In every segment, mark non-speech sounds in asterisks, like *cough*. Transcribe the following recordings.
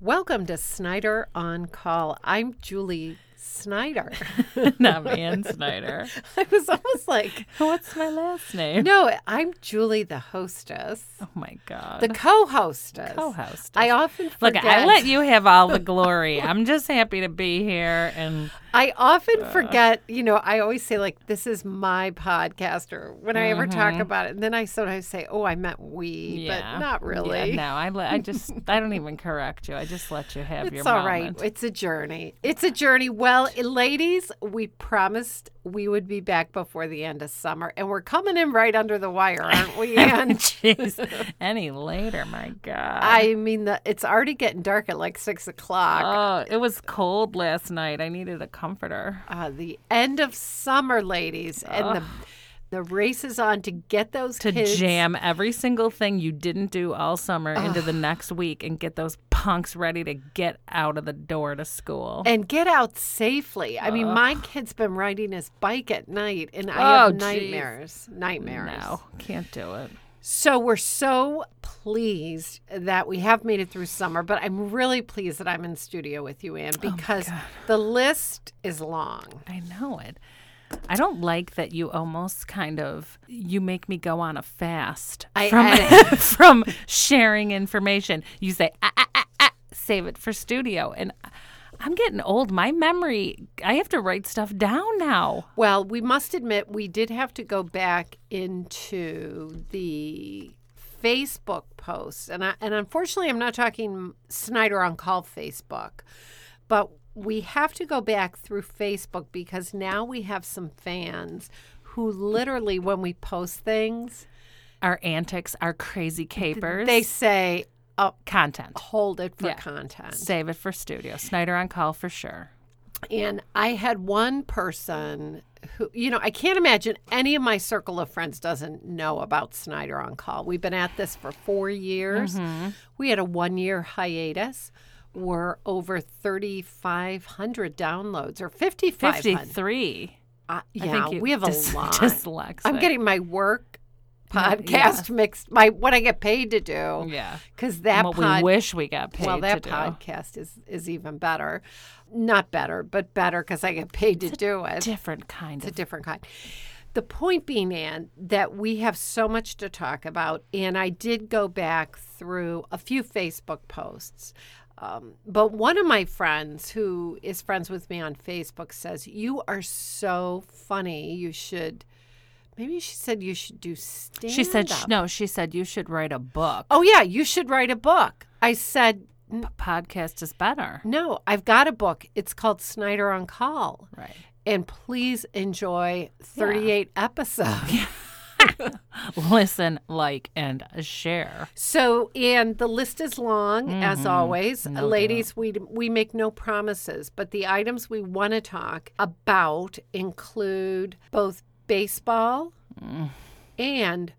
Welcome to Snyder on Call. I'm Julie Snyder. *laughs* *laughs* Not Ann Snyder. *laughs* I was almost like, What's my last name? no, I'm Julie the hostess, Oh my God. the co-hostess. co-host. I often Look, forget. I let you have *laughs* all the glory. I'm just happy to be here and I often Uh. forget, you know, I always say like this is my podcast or when I ever talk about it. And then I sometimes say, Oh, I meant we, Mm-hmm. yeah, but not really. Yeah, no, I let. I just. I don't even correct you. I just let you have *laughs* your It's all right. moment. It's a journey. It's a journey. Well, i- ladies, we promised we would be back before the end of summer, and we're coming in right under the wire, aren't *laughs* we, Ann? Jeez, any later? My God. *laughs* I mean, the, it's already getting dark at like six o'clock. Oh, it was cold last night. I needed a comforter. Uh, the end of summer, ladies, and the the race is on to get those To kids. jam every single thing you didn't do all summer into the next week and get those punks ready to get out of the door to school. and get out safely. I mean, my kid's been riding his bike at night, and I Oh, have geez. nightmares. Nightmares. no, can't do it. So we're so pleased that we have made it through summer, but I'm really pleased that I'm in studio with you, Anne, because the list is long. I know it. I don't like that you almost kind of you make me go on a fast I- from *laughs* from sharing information. You say ah, ah, ah, ah, save it for studio and I'm getting old. My memory, I have to write stuff down now. Well, we must admit we did have to go back into the Facebook posts, and I, and unfortunately, I'm not talking Snyder on Call Facebook, but we have to go back through Facebook because now we have some fans who literally, when we post things, Our antics, our crazy capers, they say, "Oh, content. hold it for Yeah. content. Save it for studio. Snyder on call for sure. And I had one person who, you know, I can't imagine any of my circle of friends doesn't know about Snyder on Call. We've been at this for four years. Mm-hmm. We had a one year hiatus. We're over 3,500 downloads or 5,500. 53. Uh, yeah, I think you we have a *laughs* dys- lot. Dyslexic. I'm getting my work podcast mixed, my what I get paid to do. yeah. Because that what we pod- wish we got paid well, that to do. podcast is is even better. Not better, but better because I get paid to do it. different kind It's of a different kind. The point being, Anne, that we have so much to talk about, and I did go back through a few Facebook posts. Um, but one of my friends who is friends with me on Facebook says, You are so funny. You should, maybe she said you should do stand She said, sh- up. no, she said, you should write a book. Oh, yeah, you should write a book. I said, P- podcast is better. No, I've got a book. It's called Snyder on Call. Right. And please enjoy 38 episodes. Listen, like, and share. So, and the list is long as always. Uh, Ladies, we we make no promises, but the items we want to talk about include both baseball and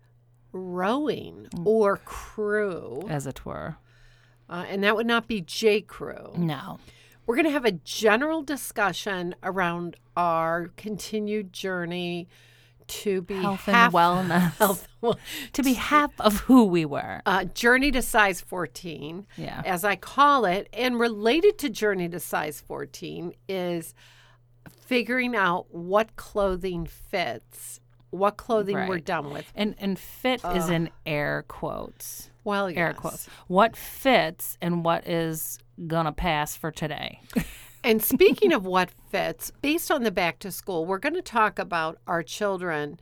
rowing or crew, As it were. uh, and that would not be J crew. No. We're going to have a general discussion around our continued journey to be Health and half wellness. health. To be half of who we were. uh, Journey to Size 14, Yeah. as I call it. And related to Journey to Size 14 is figuring out what clothing fits, what clothing we're Right. done with. And and fit is in air quotes. Well, yes. Air quotes. What fits and what is gonna pass for today? And speaking of what fits, based on the back to school, we're going to talk about our children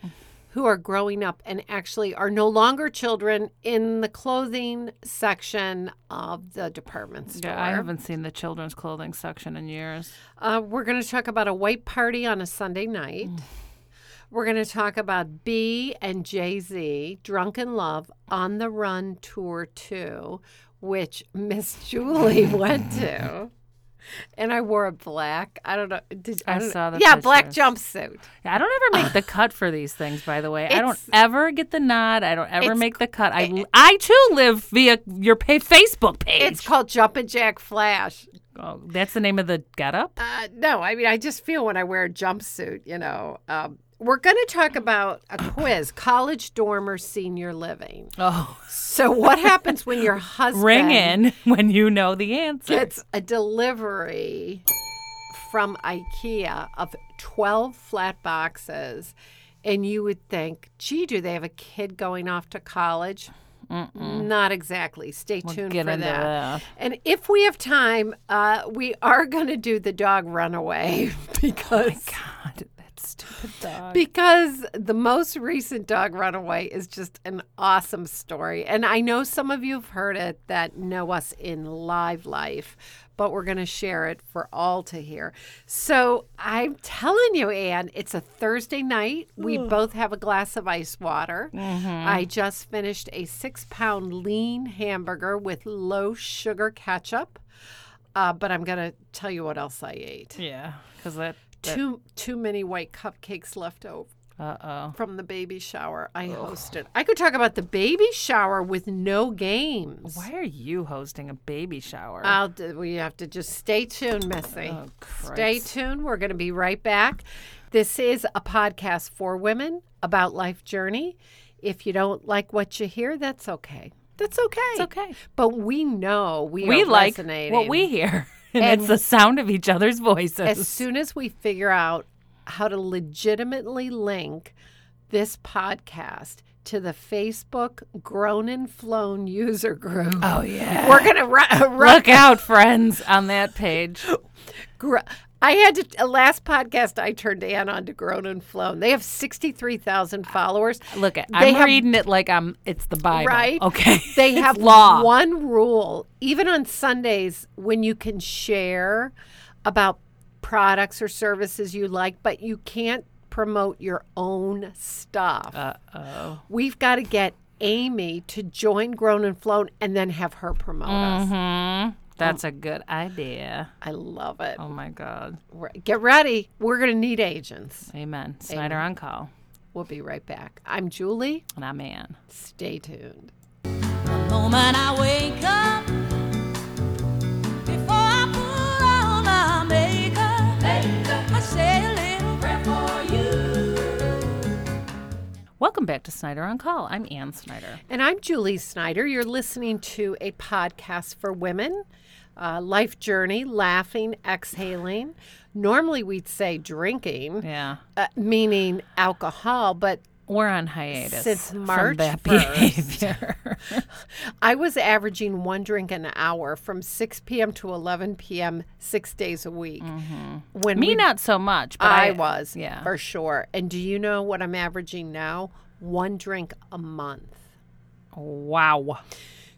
who are growing up and actually are no longer children in the clothing section of the department store. I haven't seen the children's clothing section in years. Uh, we're going to talk about a white party on a Sunday night. Mm. We're going to talk about B and Jay Z, Drunk in Love, on the Run Tour 2, which Miss *laughs* Julie *laughs* went to. And I wore a black. I don't know. Did, I, I don't- saw the Yeah, black pictures. jumpsuit. I don't ever make the cut for these things, by the way. I don't It's- ever get the nod. I don't ever It's- make the cut. I, I too live via your pay- Facebook page. It's called Jumpin' Jack Flash. oh, that's the name of the getup. Uh, no, I mean, I just feel when I wear a jumpsuit, you know, um, we're going to talk about a quiz: college dorm or senior living. Oh, So, what happens when your *laughs* husband ring in *laughs* when you know the answer. gets a delivery from IKEA of 12 flat boxes. And you would think, gee, do they have a kid going off to college? Not exactly. Stay tuned get for into that. And if we have time, uh, we are going to do the dog runaway *laughs* because God, that stupid dog. because the most recent dog runaway is just an awesome story. And I know some of you have heard it that know us in live life, but we're going to share it for all to hear. So I'm telling you, Anne, it's a Thursday night. We both have a glass of ice water. I just finished a six pound lean hamburger with low sugar ketchup. Uh, but I'm going to tell you what else I ate. Yeah, because that. Too too many white cupcakes left over Uh oh. from the baby shower I hosted. I could talk about the baby shower with no games. Why are you hosting a baby shower? I'll do, we have to just stay tuned, Missy. Oh, Christ. stay tuned. We're going to be right back. This is a podcast for women about life journey. If you don't like what you hear, that's okay. That's okay. It's okay. But we know we we are like resonating. what we hear, *laughs* and, And- it's the sound of each other's voices. as soon as we figure out how to legitimately link this podcast to the Facebook Grown and Flown user group, oh yeah. we're gonna run. Look out, friends, on that page. Gr- I had to. uh, Last podcast, I turned Ann on to Grown and Flown. They have sixty-three thousand followers. Look at. They I'm have- reading it like I'm. It's the Bible. Right. Okay. *laughs* *laughs* They It's have law. one rule, even on Sundays when you can share about products or services you like, but you can't promote your own stuff. Uh oh. we've got to get Amy to join Grown and Flown and then have her promote us. Hmm. That's a good idea. I love it. Oh my God. Re- Get ready. We're going to need agents. Amen. Snyder on call. We'll be right back. I'm Julie. And I'm Ann. Stay tuned. The moment I wake up, before I put on my makeup, I say a little prayer for you. Welcome back to Snyder on Call. I'm Ann Snyder. And I'm Julie Snyder. You're listening to a podcast for women. Uh, life journey, laughing, exhaling. Normally we'd say drinking, Yeah. uh, meaning alcohol, but We're on hiatus Since from March that *laughs* 1st. behavior. I was averaging one drink an hour from 6 p.m. to 11 p.m. six days a week. When Mm-hmm. Me we- not so much, but I, was, Yeah. for sure. And do you know what I'm averaging now? One drink a month. Wow.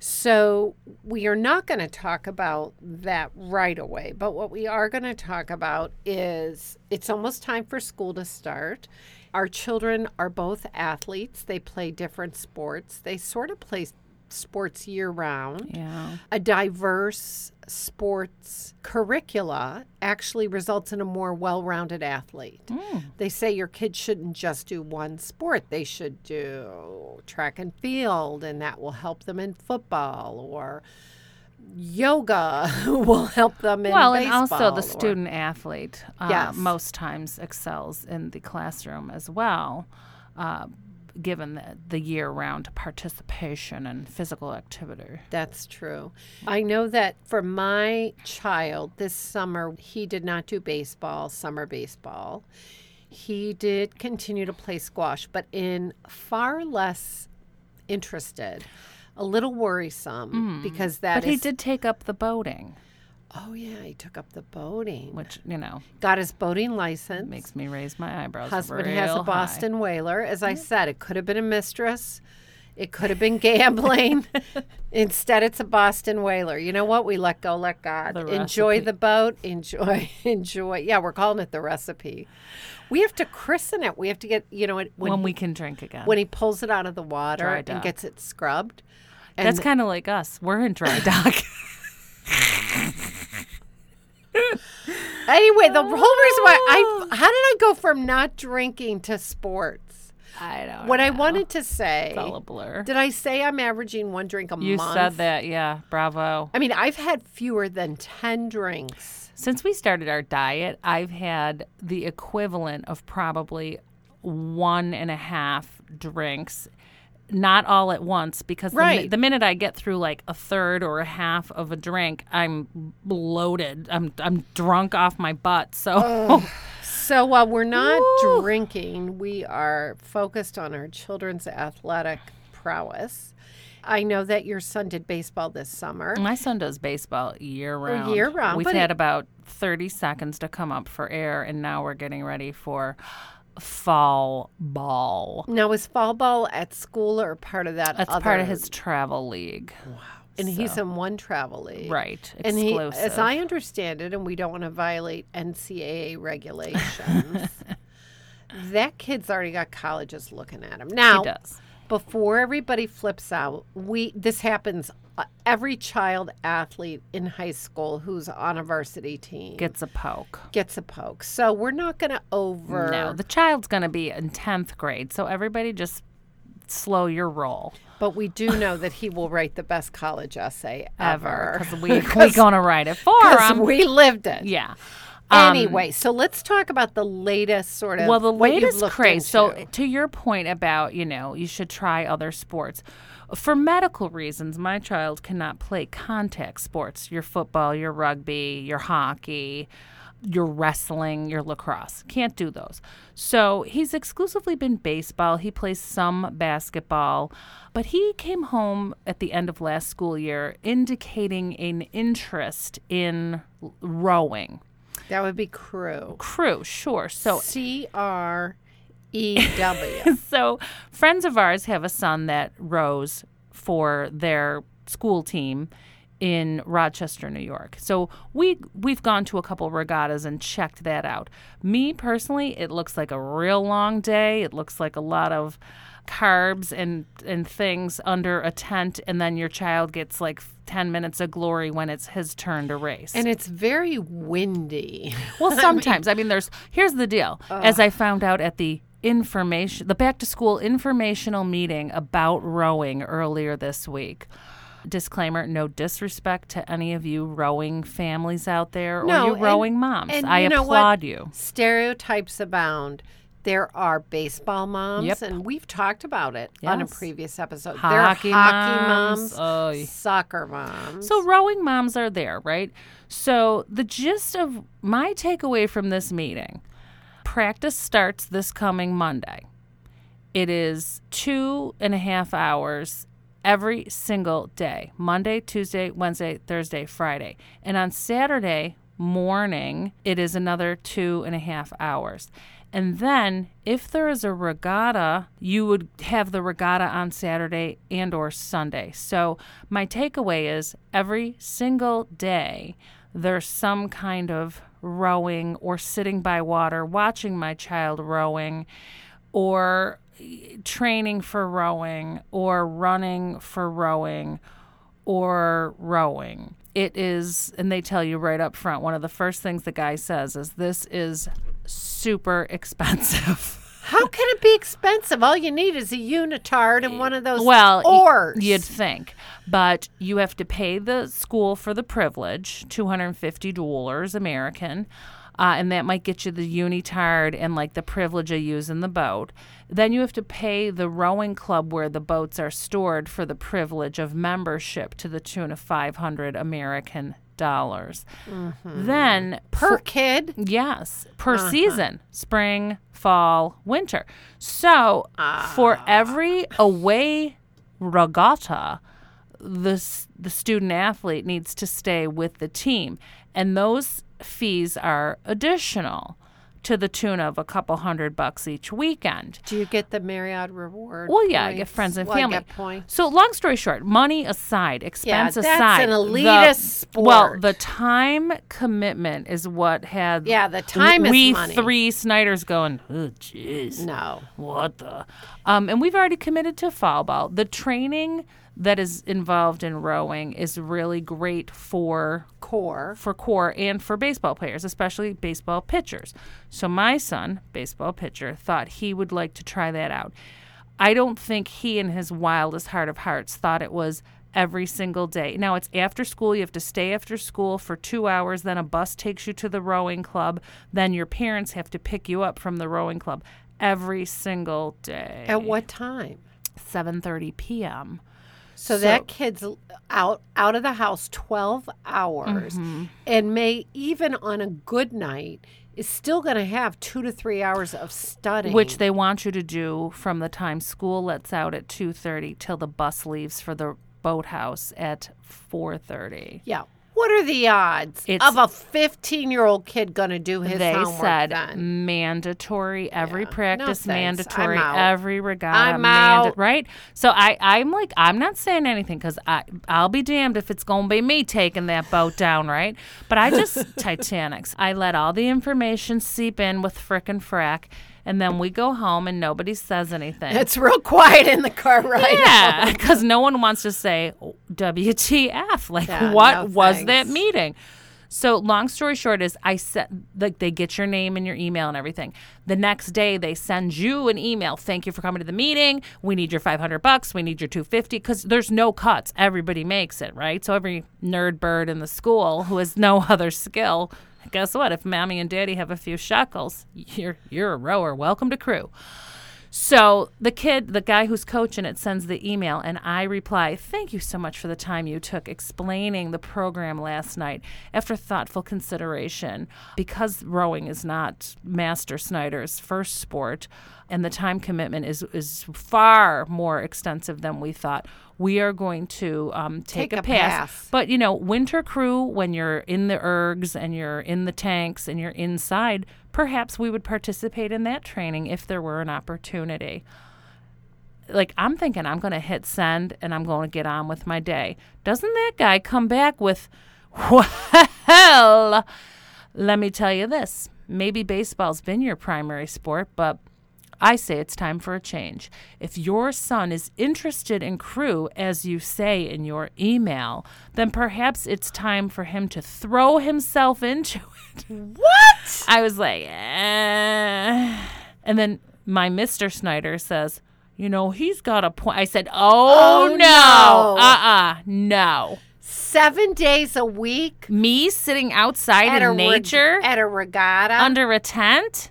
So we are not going to talk about that right away, but what we are going to talk about is it's almost time for school to start. Our children are both athletes. They play different sports. They sort of play sports year round Yeah. a diverse sports curricula actually results in a more well-rounded athlete. Hmm. They say your kids shouldn't just do one sport. They should do track and field and that will help them in football or yoga *laughs* will help them in Well, and baseball, also or- the student athlete uh, Yes. most times excels in the classroom as well, uh, given the, the year round participation and physical activity. That's true. I know that for my child this summer, he did not do baseball, summer baseball. He did continue to play squash, but in far less interested, a little worrisome because that Mm. But he is- did take up the boating, Oh, yeah, he took up the boating, which, you know, got his boating license. makes me raise my eyebrows. husband has real a high. Boston whaler. As I said, it could have been a mistress. It could have *laughs* been gambling. Instead, it's a Boston whaler. You know what? We let go, let God. The enjoy recipe. the boat. Enjoy, *laughs* enjoy. Yeah, we're calling it the recipe. We have to christen it. We have to get you know when, When when we can drink again. when he pulls it out of the water Dry and dock. gets it scrubbed. And That's kind of like us. We're in *laughs* dry dock. anyway, the whole reason why I how did I go from not drinking to sports? I *laughs* don't What I wanted to say. It's all a blur. Did I say I'm averaging one drink a You month? said that, yeah. Bravo. I mean, I've had fewer than 10 drinks. Since we started our diet, I've had the equivalent of probably one and a half drinks, not all at once, because the mi- the, Right. minute I get through like a third or a half of a drink, I'm bloated. I'm I'm drunk off my butt. So So while we're not drinking, we are focused on our children's athletic prowess. I know that your son did baseball this summer. *laughs* my son does baseball year round. year round, We've Oh, but had it- about thirty seconds to come up for air, and now we're getting ready for fall ball. Now, is fall ball at school or part of that? That's other, part of his travel league. And he's in one travel league, Right. And he, Exclusive. as I understand it, and we don't want to violate *laughs* NCAA regulations. that kid's already got colleges looking at him now. he does. before everybody flips out we this happens uh, every child athlete in high school who's on a varsity team Gets a poke. gets a poke so we're not going to over No, the child's going to be in 10th grade, so everybody just slow your roll but we do know that he will write the best college essay *laughs* ever ever because we we going to write it for *laughs* 'Cause him. we lived it yeah. Um, anyway so let's talk about the latest sort of well, the what you've latest looked craze. So into. to your point about you know you should try other sports. For medical reasons, my child cannot play contact sports. Your football, your rugby, your hockey, your wrestling, your lacrosse. Can't do those. So he's exclusively been baseball. He plays some basketball, but he came home at the end of last school year indicating an interest in l- rowing. that would be crew Crew, sure. So c r e *laughs* w so friends of ours have a son that rows for their school team in Rochester, New York. So we we've gone to a couple regattas and checked that out. Me personally, it looks like a real long day. It looks like a lot of carbs and and things under a tent and then your child gets like 10 minutes of glory when it's his turn to race. and it's very windy *laughs* Well, sometimes. I mean, there's here's the deal. As I found out at the information, the back to school informational meeting about rowing earlier this week. Disclaimer: No disrespect to any of you rowing families out there, or you and- rowing moms. and I you know what? applaud you. Stereotypes abound. There are baseball moms, Yep. and we've talked about it on a Yes. previous episode. Hockey there are hockey moms. moms, Oy. soccer moms. So rowing moms are there, right? So the gist of my takeaway from this meeting, practice starts this coming Monday. It is two and a half hours every single day Monday, Tuesday, Wednesday, Thursday, Friday. And on Saturday morning, it is another two and a half hours. And then if there is a regatta, you would have the regatta on Saturday and or Sunday. So my takeaway is every single day there's some kind of rowing or sitting by water watching my child rowing or eh, training for rowing or running for rowing or rowing. It is, and they tell you right up front, one of the first things the guy says is this is super *laughs* expensive. How can it be expensive? All you need is a unitard and one of those well, y- oars. you'd think, but you have to pay the school for the privilege, two hundred and fifty dollars American, uh, and that might get you the unitard and like the privilege of using the boat. Then you have to pay the rowing club where the boats are stored for the privilege of membership to the tune of five hundred American dollars. Then per kid. Yes, per season, spring, fall, winter. So for every away regatta, the s- the student athlete needs to stay with the team, and those fees are additional to the tune of a couple hundred bucks each weekend. Do you get the Marriott reward? Well, yeah, I get points? friends and Well, I family. get points. So, long story short, money aside, expense that's aside, an the- elitist Well, sport. the time commitment is what had. Yeah, the time is we money. three Snyders going. Oh, jeez, No. what the? Um, and we've already committed to foul ball. The training that is involved in rowing is really great for Core. for core and for baseball players, especially baseball pitchers. So my son, baseball pitcher, thought he would like to try that out. I don't think he in his wildest heart of hearts thought it was every single day. Now it's after school, you have to stay after school for 2 hours, then a bus takes you to the rowing club, then your parents have to pick you up from the rowing club. every single day At what time? 7:30 p.m. So, that kid's l- out out of the house 12 hours Mm-hmm. and may even on a good night is still going to have 2 to 3 hours of studying. which they want you to do from the time school lets out at 2:30 till the bus leaves for the boathouse at 4:30. Yeah. What are the odds It's- of a 15-year-old kid going to do his they homework said then? mandatory every Yeah. No practice thanks. I'm mandatory out. every regatta I'm manda- out. right so i i'm like i'm not saying anything because i i'll be damned if it's gonna be me taking that boat down right but i *laughs* just titanics i let all the information seep in with frickin' frack and then we go home and nobody says anything It's real quiet in the car right Yeah, *laughs* because no one wants to say WTF. Like, Yeah, what no was that thanks. meeting? So, long story short, is I said, like, they get your name and your email and everything. The next day, they send you an email. Thank you for coming to the meeting. We need your 500 bucks. We need your 250 because there's no cuts. Everybody makes it, right? So, every nerd bird in the school who has no *laughs* other skill, guess what? If mommy and daddy have a few shekels, you're, you're a rower. Welcome to crew. So the kid, the guy who's coaching it, sends the email, and I reply, Thank you so much for the time you took explaining the program last night after thoughtful consideration. Because rowing is not Master Snyder's first sport, and the time commitment is, is far more extensive than we thought. We are going to um, take, Take a pass. but you know, winter crew, when you're in the ergs and you're in the tanks and you're inside, perhaps we would participate in that training if there were an opportunity. Like I'm thinking I'm going to hit send and I'm going to get on with my day. Doesn't that guy come back with *laughs* well, let me tell you this. Maybe baseball's been your primary sport, but I say it's time for a change. If your son is interested in crew, as you say in your email, then perhaps it's time for him to throw himself into *laughs* it. What? I was like, eh. "Eh." and then my Mr. Snyder says, you know, he's got a point. I said, oh, Oh, no. no. Uh-uh. No. 7 days a week Me sitting outside in reg- nature at a regatta. under a tent?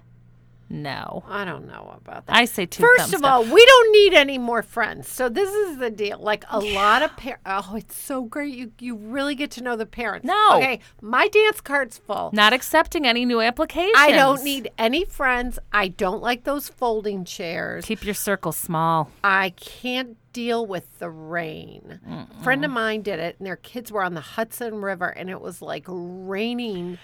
No. I don't know about that. I say two thumbs First of down. all, we don't need any more friends. So this is the deal. Like a lot of parents. Oh, it's so great. You you really get to know the parents. No. Okay, my dance card's full. not accepting any new applications. I don't need any friends. I don't like those folding chairs. Keep your circle small. I can't deal with the rain. A friend of mine did it, and their kids were on the Hudson River, and it was like raining,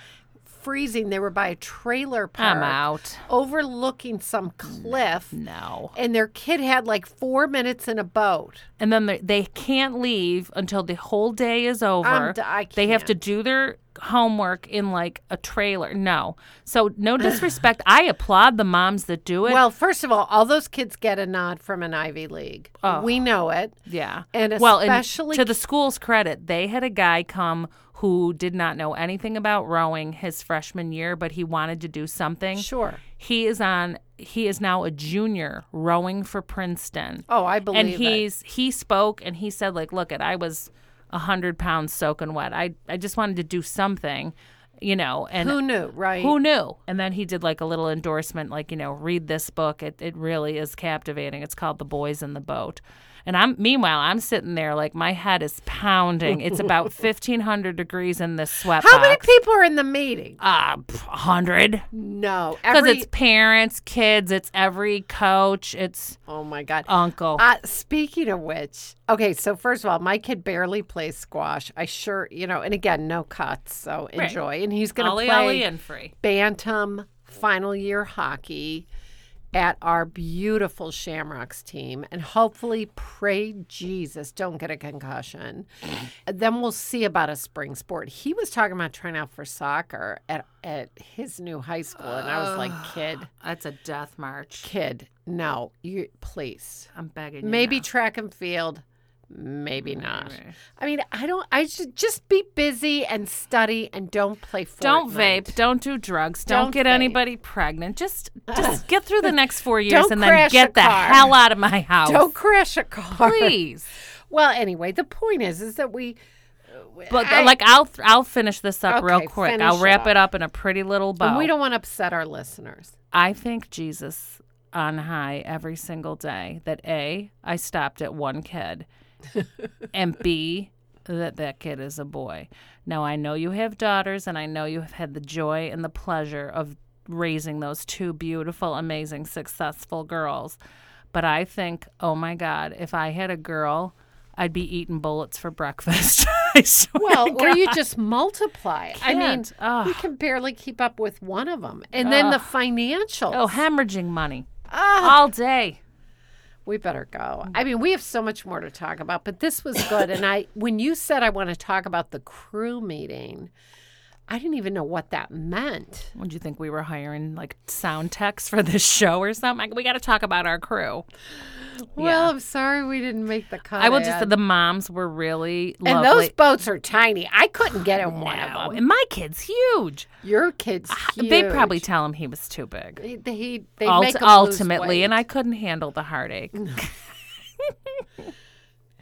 freezing. They were by a trailer park I'm out. Mm. overlooking some cliff. No. and their kid had like four minutes in a boat. And then they, they can't leave until the whole day is over. I'm d- I They have to do their homework in like a trailer. No. So no disrespect. I applaud the moms that do it. Well, first of all, all those kids get a nod from an Ivy League. We know it. Oh. Yeah. And well, and especially- to the school's credit, they had a guy come who did not know anything about rowing his freshman year, but he wanted to do something. Sure. He is on he is now a junior rowing for Princeton. Oh, I believe and it. he's he spoke and he said like, "Look, at I was a 100 pounds soaking wet. I I just wanted to do something." You know, and Who knew, right? who knew? And then he did like a little endorsement, like, you know, read this book. It, it really is captivating. It's called The Boys in the Boat. And I'm meanwhile, I'm sitting there like my head is pounding. It's *laughs* about 1500 degrees in this sweatbox. How many people are in the meeting? Uh, pff, 100. No, Because every. it's parents, kids, it's every coach, it's oh my God. uncle. Uh, speaking of which, okay, so first of all, my kid barely plays squash. I sure, you know, and again, no cuts, so enjoy. And he's going to Ollie, play Ollie, and free. Bantam final year hockey at our beautiful Shamrocks team and hopefully pray Jesus don't get a concussion. *laughs* And then we'll see about a spring sport. He was talking about trying out for soccer at at his new high school and I was like, kid, That's a death march. kid, no, you please. I'm begging you. Maybe track and field, maybe not. I mean, I don't I should just be busy and study and don't play Fortnite. Don't vape. Don't do drugs. Don't, Don't get vape. anybody pregnant. Just just *laughs* get through the next four years Don't and then crash get a the car. hell out of my house. Don't crash a car. please. Well, anyway, the point is, is that we. But I- like I'll I'll finish this up real Okay, quick. finish I'll it wrap up. it up in a pretty little bow. *laughs* and we don't want to upset our listeners. I think Jesus on high every single day that A, I stopped at one kid, and B, that that kid is a boy. Now, I know you have daughters, and I know you have had the joy and the pleasure of raising those two beautiful, amazing, successful girls. But I think, oh my God, if I had a girl, I'd be eating bullets for breakfast. *laughs* I swear Well, to or you God. just multiply. I mean, Can't. Ugh. we can barely keep up with one of them. And then the financial. oh, hemorrhaging money all day. we better go. I mean, we have so much more to talk about, but this was good. and I, *laughs* when you said I want to talk about the crew meeting, I didn't even know what that meant. Would you think we were hiring like sound techs for this show or something? We got to talk about our crew. Well, I'm sorry we didn't make the cut. I will just say Ed. the moms were really Oh, and lovely. those boats are tiny. I couldn't get in one No, of them. and my kid's huge. Your kids, huge. They probably tell him he was too big. He, he- they Ult- make 'em lose ultimately, weight. and I couldn't handle the heartache.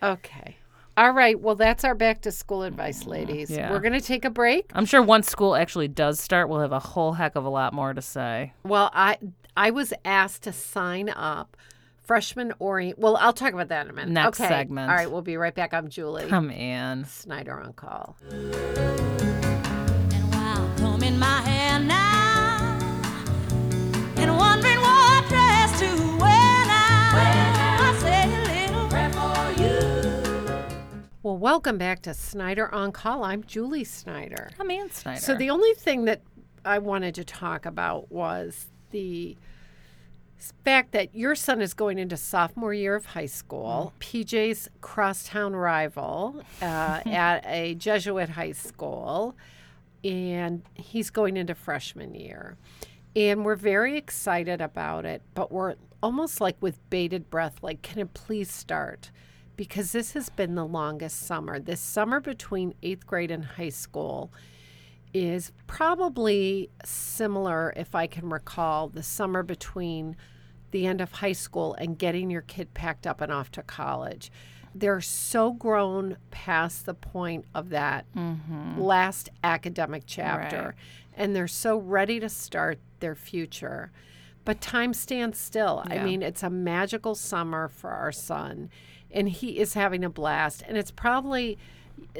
Okay. All right. Well, that's our back to school advice, ladies. Mm, Yeah. We're going to take a break. I'm sure once school actually does start, we'll have a whole heck of a lot more to say. Well, I I was asked to sign up freshman orient. Well, I'll talk about that in a minute. Next okay. segment. All right. We'll be right back. I'm Julie Come in. Snyder on call. And while comb in my hair now, and wondering what dress to wear now, I say a little prayer for you. Well, welcome back to Snyder on call. I'm Julie Snyder. Come in, Snyder. So the only thing that I wanted to talk about was the fact that your son is going into sophomore year of high school, PJ's crosstown rival uh, at a Jesuit high school, and he's going into freshman year. And we're very excited about it, but we're almost like with bated breath, like, can it please start? Because this has been the longest summer. This summer between eighth grade and high school is probably similar, if I can recall, the summer between the end of high school and getting your kid packed up and off to college. They're so grown past the point of that last academic chapter, and they're so ready to start their future. But time stands still. I mean, it's a magical summer for our son, and he is having a blast. And it's probably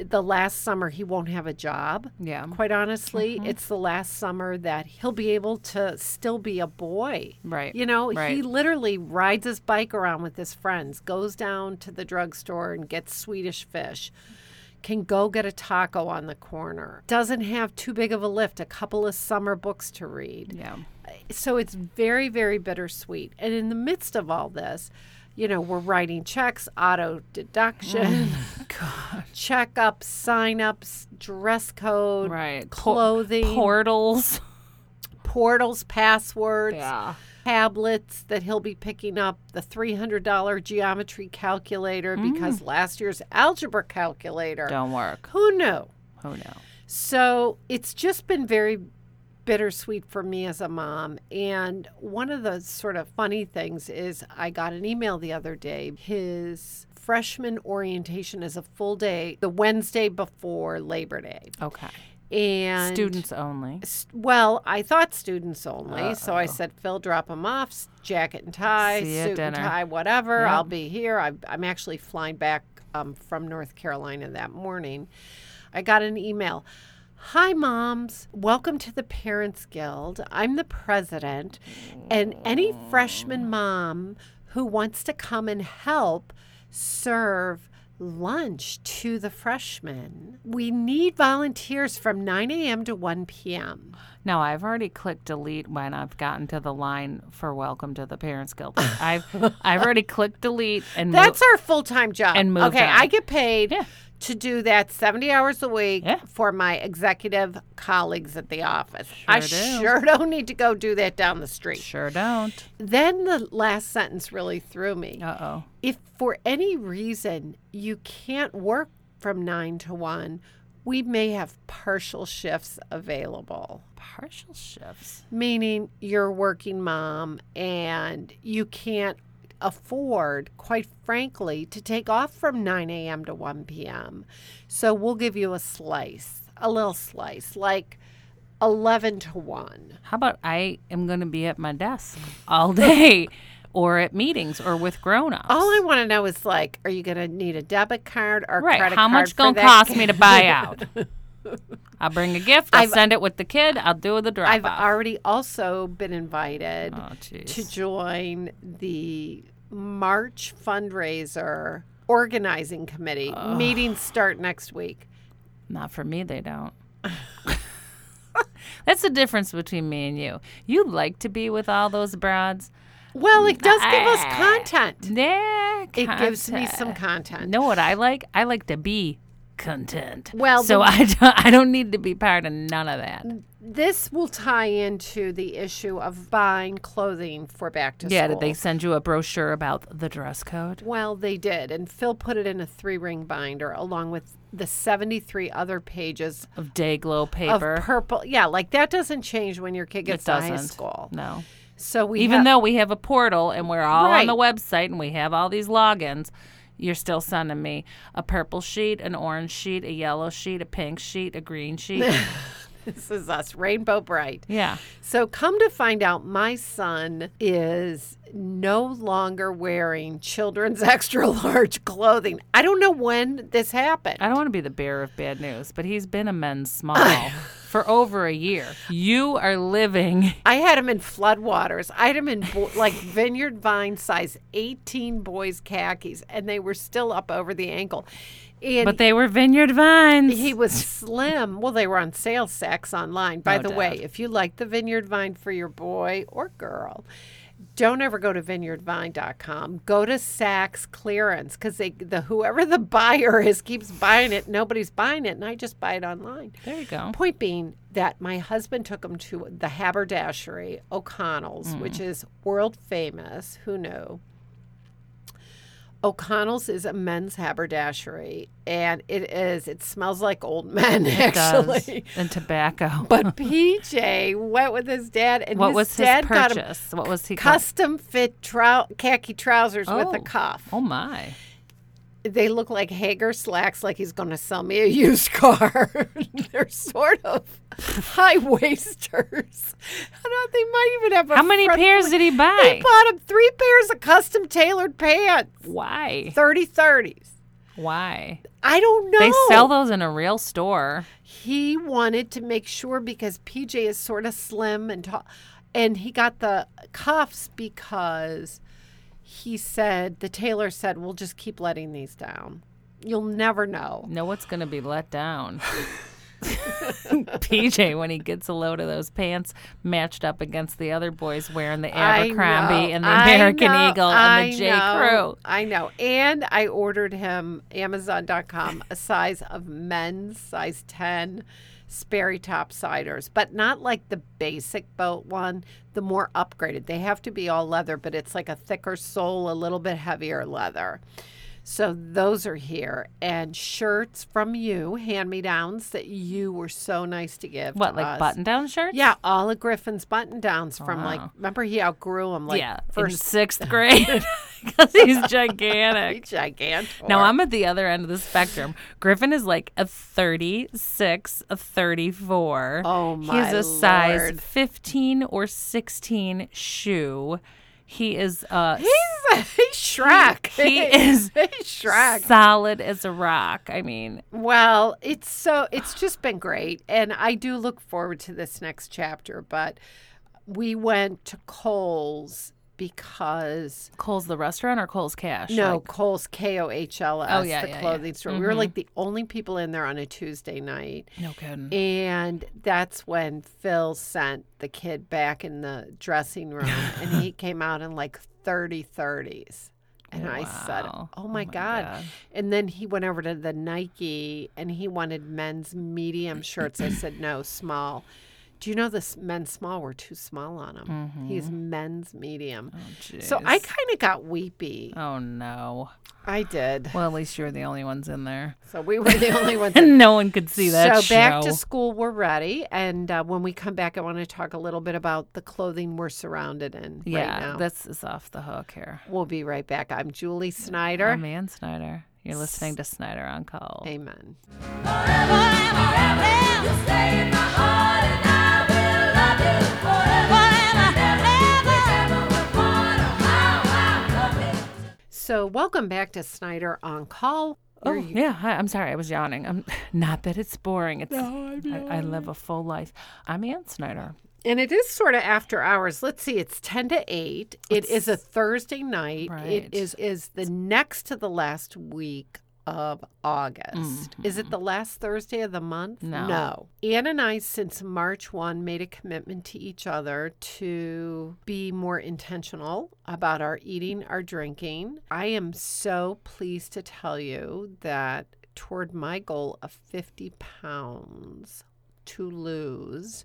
the last summer he won't have a job yeah, quite honestly Mm-hmm. it's the last summer that he'll be able to still be a boy Right. you know he Right. literally rides his bike around with his friends goes down to the drugstore and gets swedish fish can go get a taco on the corner doesn't have too big of a lift a couple of summer books to read yeah. so it's very very bittersweet and in the midst of all this you know we're writing checks auto *laughs* deduction checkups sign-ups dress code Right. Po- clothing portals. *laughs* portals passwords Yeah. tablets that he'll be picking up the $300 geometry calculator because last year's algebra calculator Mm. Don't work. who knew Oh no. So it's just been very bittersweet for me as a mom. And one of the sort of funny things is I got an email the other day. His freshman orientation is a full day, the Wednesday before Labor Day. Okay. And Students only. s- Well, I thought students only, so I said, "Phil, drop them off, s- jacket and tie, See you at suit and dinner." tie, whatever. Yeah. I'll be here." I, I'm actually flying back um, from North Carolina that morning. I got an email. Hi, moms. Welcome to the Parents Guild. I'm the president, and any freshman mom who wants to come and help serve lunch to the freshmen. We need volunteers from 9 a.m. to 1 p.m. No, I've already clicked delete when I've gotten to the line for welcome to the Parents Guild. I've I've *laughs* already clicked delete and mo- That's our full time job. And moved okay, on. I get paid Yeah. to do that 70 hours a week Yeah. for my executive colleagues at the office. I do. sure don't need to go do that down the street. sure don't. Then the last sentence really threw me. Uh oh. If for any reason you can't work from 9 to 1, we may have partial shifts available. Partial shifts. meaning you're a working mom and you can't afford, quite frankly, to take off from 9 a.m. to 1 p.m. So we'll give you a slice, a little slice, like 11 to 1. How about I am going to be at my desk all *laughs* day or at meetings or with grown ups? All I want to know is like, are you going to need a debit card or right. credit How card much for going to that cost kid? me to *laughs* buy out? I'll bring a gift. I'll I've- send it with the kid. I'll do the drop I've off. already also been invited oh, to jeez. join the March fundraiser organizing committee. Meetings start next week. Not for me, they *laughs* don't. *laughs* That's the difference between me and you. You like to be with all those broads. Well, it does give us Ah. content. Yeah, It gives me some content. content. Know what I like? I like to be content. Well, so the- Mm, I *laughs* don't, I don't need to be part of none of that. This will tie into the issue of buying clothing for back to Yeah, school. did they send you a brochure about the dress code? Well, they did. And Phil put it in a three ring binder along with the 73 other pages Of day glow of paper? purple. Yeah, like that doesn't change when your kid it gets to doesn't. high school. No. So we Even have- though we have a portal and we're all on the Right. website and we have all these logins, you're still sending me a purple sheet, an orange sheet, a yellow sheet, a pink sheet, a green sheet. *laughs* this is us, rainbow bright. yeah. So come to find out, my son is no longer wearing children's *laughs* extra large clothing. I don't know when this happened. I don't want to be the bearer of bad news, but he's been a men's small *laughs* for over a year. You are living. I had him in floodwaters. I had him in bo- like *laughs* vineyard vine size 18 boys khakis, and they were still up over the ankle. *laughs* And But they were vineyard vines. He was slim. Well, they were on sale sacks online. By No the doubt. way, if you like the Vineyard Vine for your boy or girl, don't ever go to vineyardvine.com. Go to Saks clearance because they the whoever the buyer is keeps buying it. Nobody's buying it, and I just buy it online. there you go. Point being that my husband took him to the haberdashery O'Connell's, Mm. which is world famous. Who knew? O'Connell's is a men's haberdashery, and it is. It smells like old *laughs* men, Does. *laughs* actually. And tobacco. *laughs* *laughs* But PJ went with his dad, and what his was his dad got him purchase? What was he? got? custom fit trou- khaki trousers with a Oh. cuff. Oh my! They look like Hager slacks, like he's going to sell me a *laughs* used car. *laughs* They're sort of *laughs* high waisters. I don't. They might even have. A How many front- pairs did he They buy? bought him three pairs of custom tailored pants. Why? 30 30s. Why? I don't know. They sell those in a real store. He wanted to make sure because PJ is sort of slim and tall, and he got the cuffs because he said the tailor said, "We'll just keep letting these down. You'll never know." Know what's going to be let down. *laughs* PJ, when he gets a load of those pants matched up against the other boys wearing the I Abercrombie know, and the I American know, Eagle I and the J. know, Crew. I know. And I ordered him Amazon.com a size of men's size 10 Sperry top siders, but not like the basic boat one, the more upgraded. They have to be all leather, but it's like a thicker sole, a little bit heavier leather. So those are here. And shirts from you, hand me downs that you were so nice to give. What, to like us. button down shirts? Yeah, all of Griffin's button downs from like Wow. remember he outgrew them like yeah. in first *laughs* sixth grade *laughs* because he's gigantic. gigantic. Now *laughs* I'm at the other end of the spectrum. Griffin is like a 36, a 34. Oh, He's my a size Lord. 15 or 16 shoe. He is *laughs* uh he's, he's *laughs* Shrek. he is he's Shrek. solid as a rock. I mean, Well, it's so *sighs* it's just been great, and I do look forward to this next chapter. But we went to Cole's because Cole's the restaurant or Cole's Cash? no Like, Cole's K O H L S Oh, yeah, the yeah, yeah. clothing store. We were like the only people in there on a Tuesday night. no kidding. And that's when Phil sent the kid back in the dressing room and *laughs* he came out in like 30 30s. And I said, Wow. Oh my, God. And then he went over to the Nike and he wanted men's *clears throat* medium shirts. I said, No, small. Do you know the s- men's small were too small on him? He's men's medium. so I Oh, jeez. kind of got weepy. Oh no. I did. Well, at least you were the only ones in there. So we were the only *laughs* *laughs* ones. And no one could see that so back to show. school, we're ready, and uh, when we come back, I want to talk a little bit about the clothing we're surrounded in right yeah, now. this is off the hook here. we'll be right back. I'm Julie Snyder. I'm Ann Snyder. You're listening to Snyder on Call. Amen. Forever and forever, you stay in my heart and I So, welcome back to Snyder on Call. Oh, Where you- yeah. Hi, I'm sorry. I was yawning. I'm *laughs* not that it's boring. It's I, I live a full life. I'm Ann Snyder. And it is sort of after hours. Let's see, it's 10 to 8. It is a Thursday night. Right. It is is the next to the last week of August. Is it the last Thursday of the month? Mm-hmm. No. No. Anne and I since March 1 made a commitment to each other to be more intentional about our eating, our drinking. I am so pleased to tell you that toward my goal of 50 pounds to lose.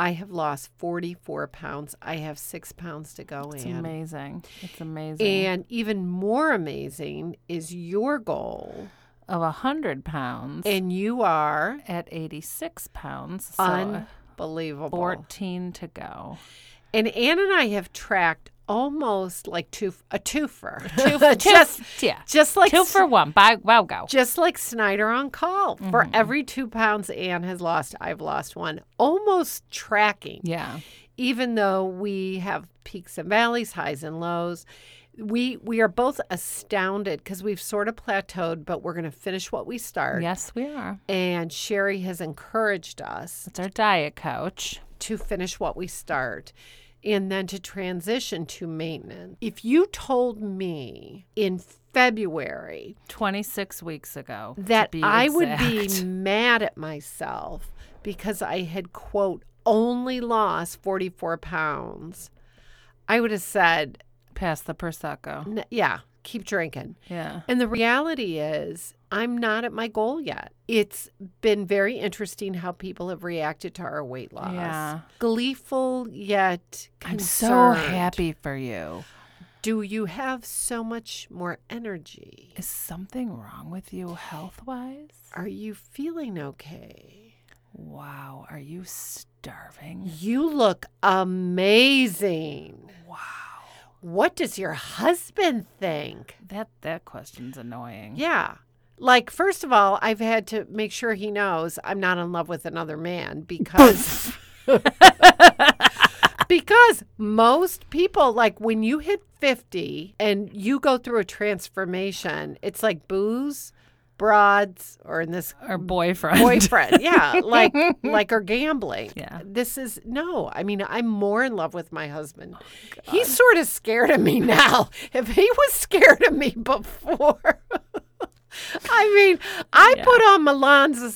I have lost 44 pounds. I have six pounds to go It's in. amazing. It's amazing. And even more amazing is your goal. of a hundred pounds And you are at 86 pounds. So unbelievable. 14 to go. And Ann and I have tracked almost like two *laughs* a twofer. Twofer. just, yeah. just like Two for one. By wow, go. Just like Snyder on call. Mm-hmm. For every two pounds Ann has lost, I've lost one. Almost tracking. Yeah. even though we have peaks and valleys, highs and lows, we we are both astounded because we've sort of plateaued, but we're going to finish what we start. Yes, we are. And Sherry has encouraged us It's our diet coach. to finish what we start and then to transition to maintenance. If you told me in February 26 weeks ago. to that be I would be exact. *laughs* mad at myself because I had, quote, only lost 44 pounds, I would have said, past the Prosecco. N- yeah, keep drinking. Yeah. And the reality is, I'm not at my goal yet. It's been very interesting how people have reacted to our weight loss. Yeah. Gleeful yet I'm so concerned. happy for you. Do you have so much more energy? Is something wrong with you health wise? Are you feeling okay? Wow. Are you starving? You look amazing. Wow. What does your husband think? That that question's annoying. Yeah. Like, first of all, I've had to make sure he knows I'm not in love with another *laughs* man because. because most people, like when you hit 50 and you go through a transformation, it's like booze, broads, or *laughs* in this Or boyfriend. boyfriend. yeah, like like or gambling. Yeah. This is no. I mean, I'm more in love with my husband. Oh, He's sort of scared of me now. If he was scared of me before. *laughs* I mean, I put on Milan's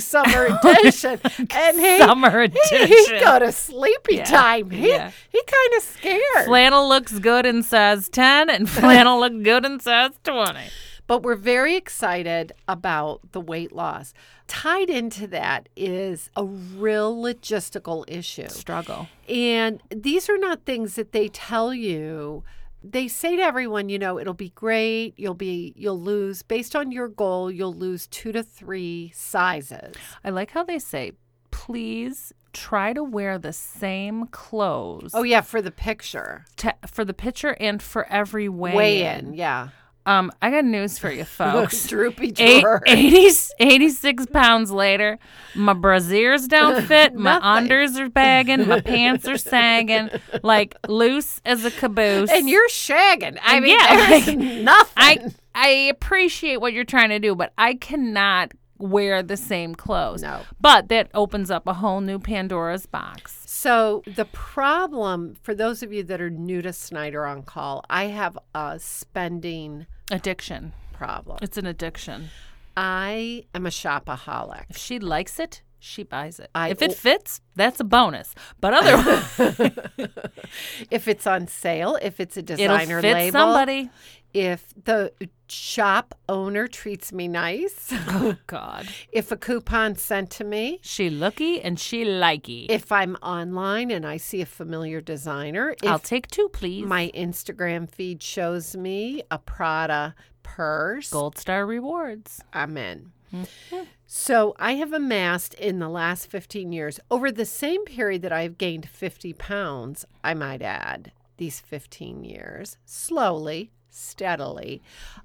*laughs* summer edition and *laughs* he Summer he, edition. he go to sleepy Yeah, time. He yeah. he kind of scared. flannel looks good in size 10 *laughs* and flannel looks good in size 20. But we're very excited about the weight loss. Tied into that is a real logistical issue. Struggle. And these are not things that they tell you. They say to everyone, you know, it'll be great. You'll be, you'll lose based on your goal. You'll lose two to three sizes. I like how they say, please try to wear the same clothes Oh yeah, for the picture, to- for the picture and for every weigh, weigh in. in, yeah. Um, I got news *laughs* for you folks. Droopy Eight, drawer. 80 86 pounds later, my brasiers don't *laughs* fit, my Nothing. unders are bagging, my pants are sagging, like loose as a caboose. and you're shagging. I And mean, yeah, there's *laughs* like, nothing. I I appreciate what you're trying to do, but I cannot wear the same clothes. No. But that opens up a whole new Pandora's box. So, the problem for those of you that are new to Snyder on Call, I have a spending Addiction. problem. It's an addiction. I am a shopaholic. If she likes it, she buys it. I- if it fits, that's a bonus. But otherwise, If it's on sale, if it's a it'll *laughs* designer fit label, somebody. if the shop owner treats *laughs* me nice, Oh God, if a coupon sent to me, she looky and she likey. if I'm online and I see a familiar designer, if I'll take two, please. my Instagram feed shows me a Prada purse, Gold Star rewards. Amen. So I have amassed in the last 15 years, over the same period that I have gained 50 pounds, I might add, these 15 years, slowly, steadily,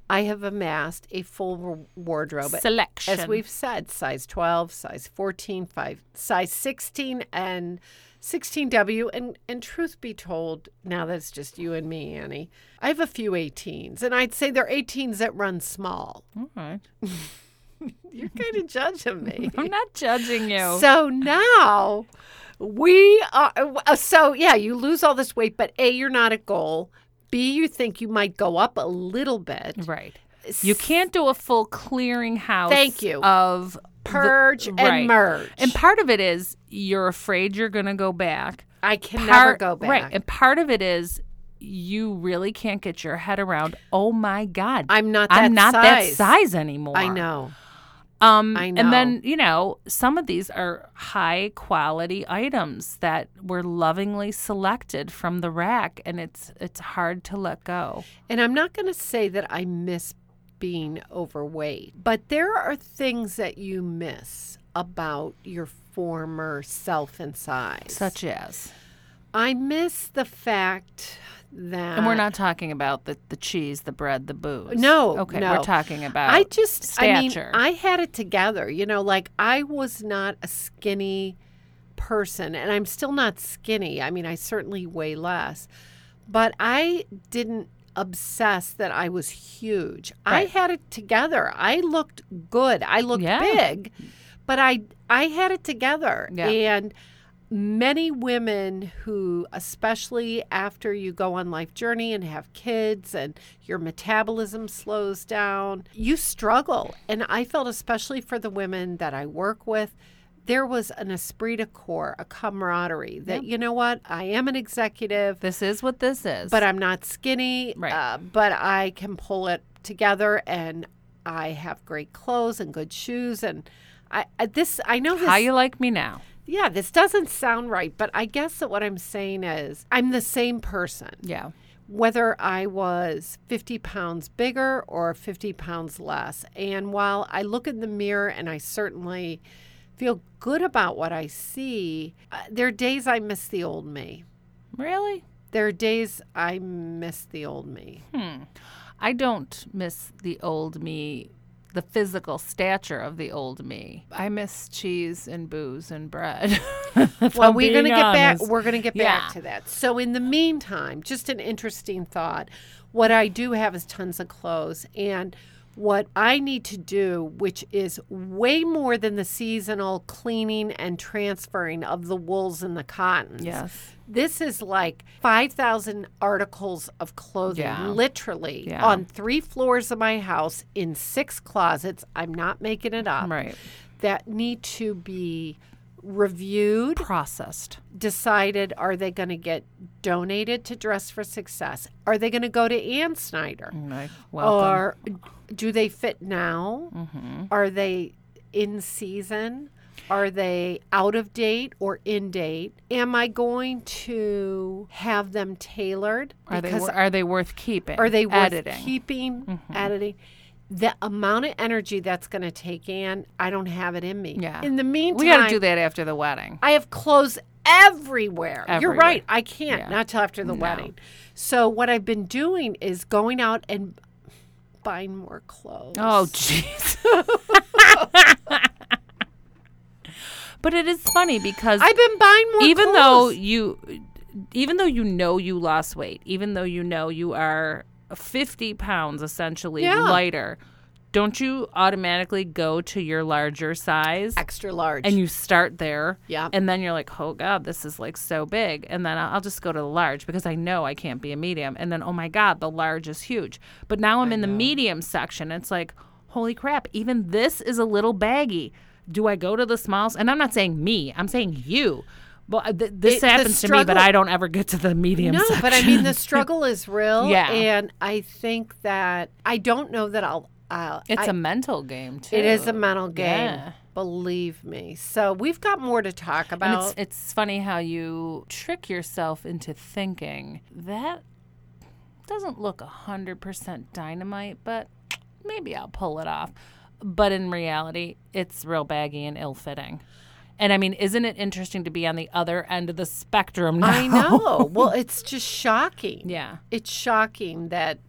I have amassed a full wa- wardrobe. Selection. Oh, As we've said, size 12, size 14, five, size 16, and 16W. And, and truth be told, now that's just you and me, Annie, I have a few 18s. And I'd say they're 18s that run small. All right. *laughs* You're kind of *laughs* judging me. I'm not judging you. So now we are. uh, So yeah, you lose all this weight, but A, you're not at goal. B, you think you might go up a little bit. right. You can't do a full clearinghouse. Thank you. Of the- Purge and right. merge. And part of it is you're afraid you're going to go back. I can never Part- go back. Right. And part of it is you really can't get your head around. Oh my God, I'm not that I'm not size." that size anymore. I know. Um, I And then, you know, some of these are high quality items that were lovingly selected from the rack, and it's it's hard to let go. And I'm not going to say that I miss being overweight, but there are things that you miss about your former self and size. Such as, I miss the fact that and we're not talking about the the cheese, the bread, the booze. No, okay, no. we're talking about. I just stature. I mean I had it together, you know, like I was not a skinny person and I'm still not skinny. I mean, I certainly weigh less, but I didn't obsess that I was huge. I Right. had it together. I looked good. I looked Yeah. big, but I I had it together. Yeah. And many women who especially after you go on life journey and have kids and your metabolism slows down you struggle and i felt especially for the women that i work with there was an esprit de corps a camaraderie that you know what i am an executive this is what this is. but i'm not skinny Right. uh, but i can pull it together and i have great clothes and good shoes and I, I this I know this how you like me now? yeah, this doesn't sound right, but I guess that what I'm saying is I'm the same person, Yeah. whether I was 50 pounds bigger or 50 pounds less. And while I look in the mirror and I certainly feel good about what I see, uh, there are days I miss the old me. Really? There are days I miss the old me. I don't miss the old me, the physical stature of the old me. I miss cheese and booze and bread. *laughs* well, we're going to get back. We're going to get Yeah. back to that. So, in the meantime, just an interesting thought. What I do have is tons of clothes, and what I need to do, which is way more than the seasonal cleaning and transferring of the wools and the cottons. Yes. This is like 5,000 articles of clothing, Yeah. literally, Yeah. on three floors of my house in six closets. I'm not making it up. Right. That need to be reviewed Processed. decided are they going to get donated to Dress for Success? Are they going to go to Ann Snyder? Like, welcome. Mm-hmm. Or do they fit now? Are they in season? Are they out of date or in date? Am I going to have them tailored? are they wor- are they worth keeping? Are they worth editing? Mm-hmm. keeping, editing? The amount of energy that's going to take in, I don't have it in me. Yeah. In the meantime, we got to do that after the wedding. I have clothes everywhere. You're Everywhere. right. I can't. Yeah. Not till after the wedding. So what I've been doing is going out and buying more clothes. Oh, jeez. *laughs* but it is funny because I've been buying more even though clothes. you even though you know you lost weight even though you know you are 50 pounds essentially Yeah. lighter don't you automatically go to your larger size extra large. and you start there Yeah. and then you're like oh god this is like so big and then i'll I'll just go to the large because i know i can't be a medium and then oh my god the large is huge but now i'm in the medium section it's like holy crap even this is a little baggy do i go to the smalls and i'm not saying me i'm saying you well uh, th- this It- the happens to me but struggle- i don't ever get to the medium no, section but I mean the struggle is real. Yeah. And I think that I don't know that I'll. Uh, *laughs* it's a mental game too it is a mental game. Yeah. Believe me. So we've got more to talk And about. it's, it's funny how you trick yourself into thinking that doesn't look 100% dynamite, but maybe I'll pull it off. But in reality, it's real baggy and ill fitting. And I mean, isn't it interesting to be on the other end of the *laughs* spectrum now? I know. well, it's just shocking. yeah. It's shocking that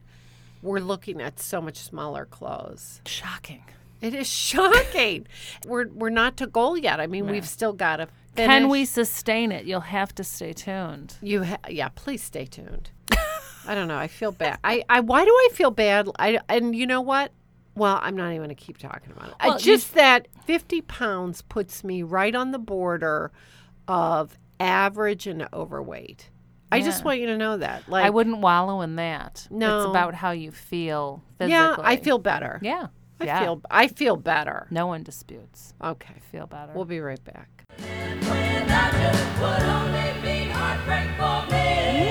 we're looking at so much smaller clothes. Shocking. It is *laughs* shocking. we're we're not to goal yet. I mean, we've still got to. Can we sustain it? You'll have to stay tuned. You ha- yeah. Please stay tuned. *laughs* I don't know. I feel bad. I, I why do I feel bad? I and you know what? Well, I'm not even going to keep talking about it. I- Well, you- just that 50 pounds puts me right on the border of average and overweight. I just Yeah. want you to know that. Like I wouldn't wallow in that. It's No. about how you feel physically. Yeah, I feel better. Yeah. I yeah. feel I feel better. No one disputes. Okay. Feel better. We'll be right back. When I just put on that big heartbreak for me.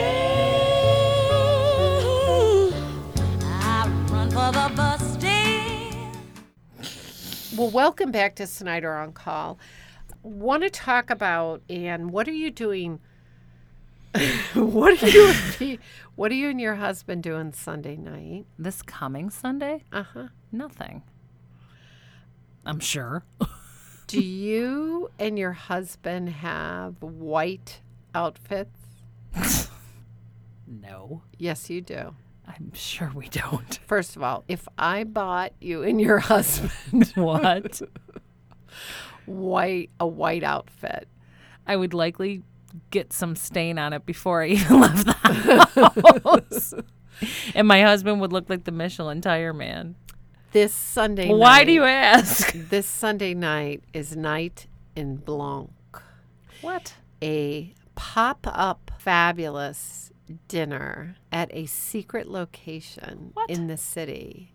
I run for the bus stand. Well, welcome back to Snyder on Call. Want to talk about and what are you doing? *laughs* what are you? what are you and your husband doing Sunday night? this coming Sunday? Uh huh. Nothing. I'm sure. Do you and your husband have white outfits? no. Yes, you do. I'm sure we don't. *laughs* First of all, if I bought you and your *laughs* husband what? white a white outfit, I would likely get some stain on it before I *laughs* even left the house. and my husband would look like the Michelin tire man. this Sunday Why night, do you *laughs* ask? This Sunday night is night in Blanc. What? a pop up fabulous dinner at a secret location What? in the city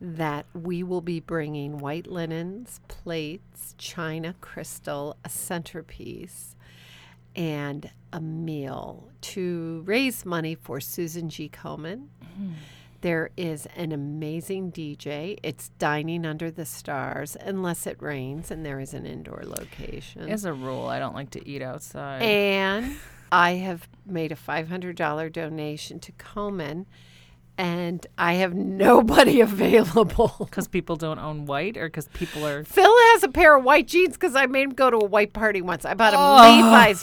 that we will be bringing white linens, plates, china, crystal, a centerpiece, and a meal to raise money for Susan G. Komen. There is an amazing DJ. It's dining under the stars unless it rains and there is an indoor location. As a rule, I don't like to eat outside. And I have made a $500 donation to Komen, and I have nobody *laughs* available. Because people don't own white or because people *laughs* are. Phil has a pair of white jeans because I made him go to a white party once. I bought him Oh. Levi's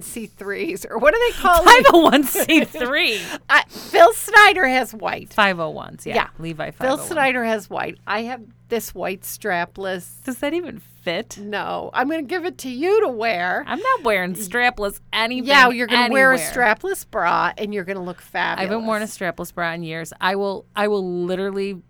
501c3s, or what do they call them? *laughs* 501c3. I- Phil Snyder has white. 501s, yeah. Yeah. Levi 501. Phil Snyder has white. I have this white strapless. Does that even fit? No, I'm going to give it to you to wear. I'm not wearing strapless anything. yeah, you're going to wear a anywhere. strapless bra and you're going to look I fabulous. haven't worn a strapless bra in years. I will I will *laughs* literally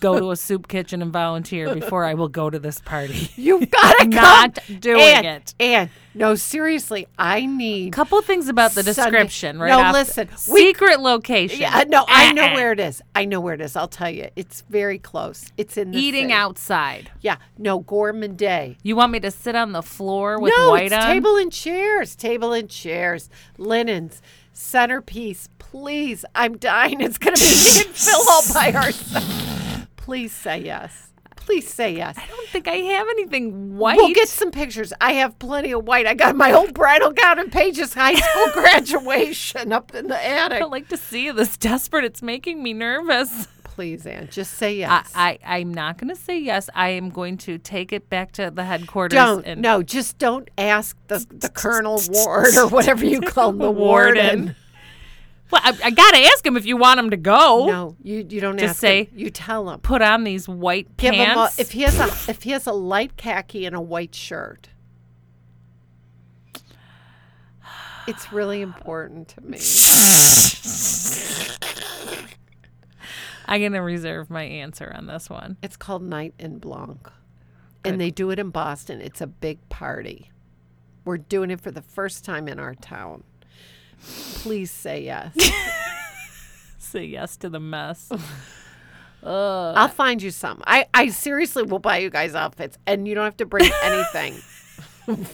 go to a soup kitchen and volunteer before I will go to this *laughs* party. You've got to Not doing and, it. And no, seriously, I need. Couple things about the Sunday- description, right? No, off the- listen, we- secret location. Yeah, no, I know Uh-uh. where it is. I know where it is. I'll tell you, it's very close. It's in the Eating city. outside. Yeah, no Gourmanday. You want me to sit on the floor with no, white it's on? table and chairs, table and chairs, linens, centerpiece. Please, I'm dying. It's gonna be me and Phil all *laughs* by ourselves. Please say yes. Please say yes. I don't think I have anything white. We'll get some pictures. I have plenty of white. I got my old bridal gown and Paige's *laughs* high school graduation up in the I attic. don't like to see you this *laughs* desperate. It's making me *laughs* nervous. Please, Ann, just say I, yes. I, I'm not going to say yes. I am going to take it back to the headquarters. don't and no, just don't ask the, *laughs* the Colonel Ward or whatever you call him, the warden. Warden. Well, I, I got to ask him if you want him to go. No, you you don't Just ask say, him. You tell him. Put on these white Give him a, pants. if he has a if he has a light khaki and a white shirt. It's really important to me. I'm going to reserve my answer on this one. It's called Night in Blanc. And they do it in Boston. It's a big party. We're doing it for the first time in our town. Please say yes. *laughs* Say yes to the *laughs* mess. *laughs* Ugh. I'll find you some. I, I seriously will buy you guys outfits, and you don't have *laughs* to bring anything. I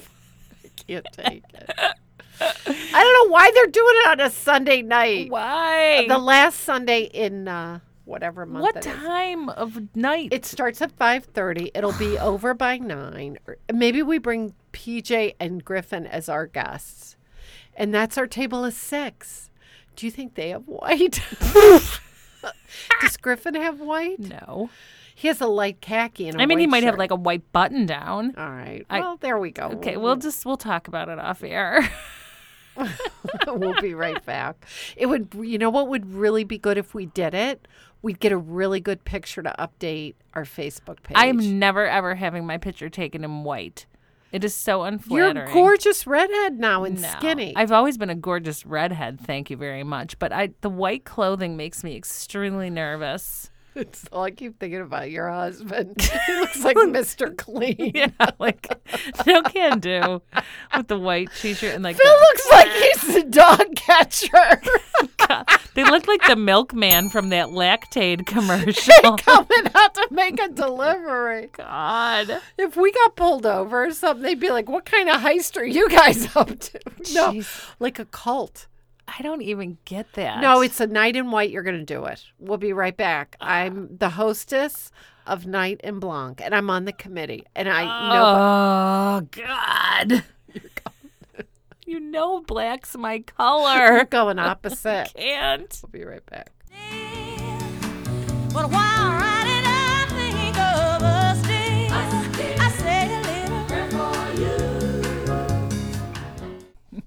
can't take *laughs* it. I don't know why they're doing it on a Sunday night. Why? The last Sunday in uh, whatever month what it is. time of night? It starts at five thirty. It'll *sighs* be over by nine. Or maybe we bring PJ and Griffin as our guests, and that's our table of six. Do you think they *laughs* have white? Does Griffin have white? no. He has a light khaki and. I I mean, he might have like a white button down. Oh. All right. I- Well, there we go. Okay, we'll just we'll talk about it off air. *laughs* *laughs* we'll be right back. It would, you know, what would really be good if we did it? We'd get a really good picture to update our Facebook page. I am never ever having my picture taken in white. It is so You're unflattering. a gorgeous redhead now and No. skinny. I've always been a gorgeous redhead, thank you very much. But I the white clothing makes me extremely nervous. It's all I keep thinking about your *laughs* husband. he looks like Mr. Clean. *laughs* You know, like no can do with the white t shirt and like Phil looks like he's the dog catcher *laughs* the- they look like the milkman from that *laughs* Lactaid commercial. coming out to make a delivery. God. If we got pulled over or something, they'd be like, "What kind of heist are you guys *laughs* up to?" No, Jeez. like a cult. I don't even get that. No, it's a night in white. You're going to do it. We'll be right back. I'm the hostess of Night in Blanc, and I'm on the committee. And I *laughs* Oh know God. *laughs* you know black's my color. we're *laughs* going opposite. Can't. We'll be right back. But while riding, I think of us dear. I say a little prayer for you.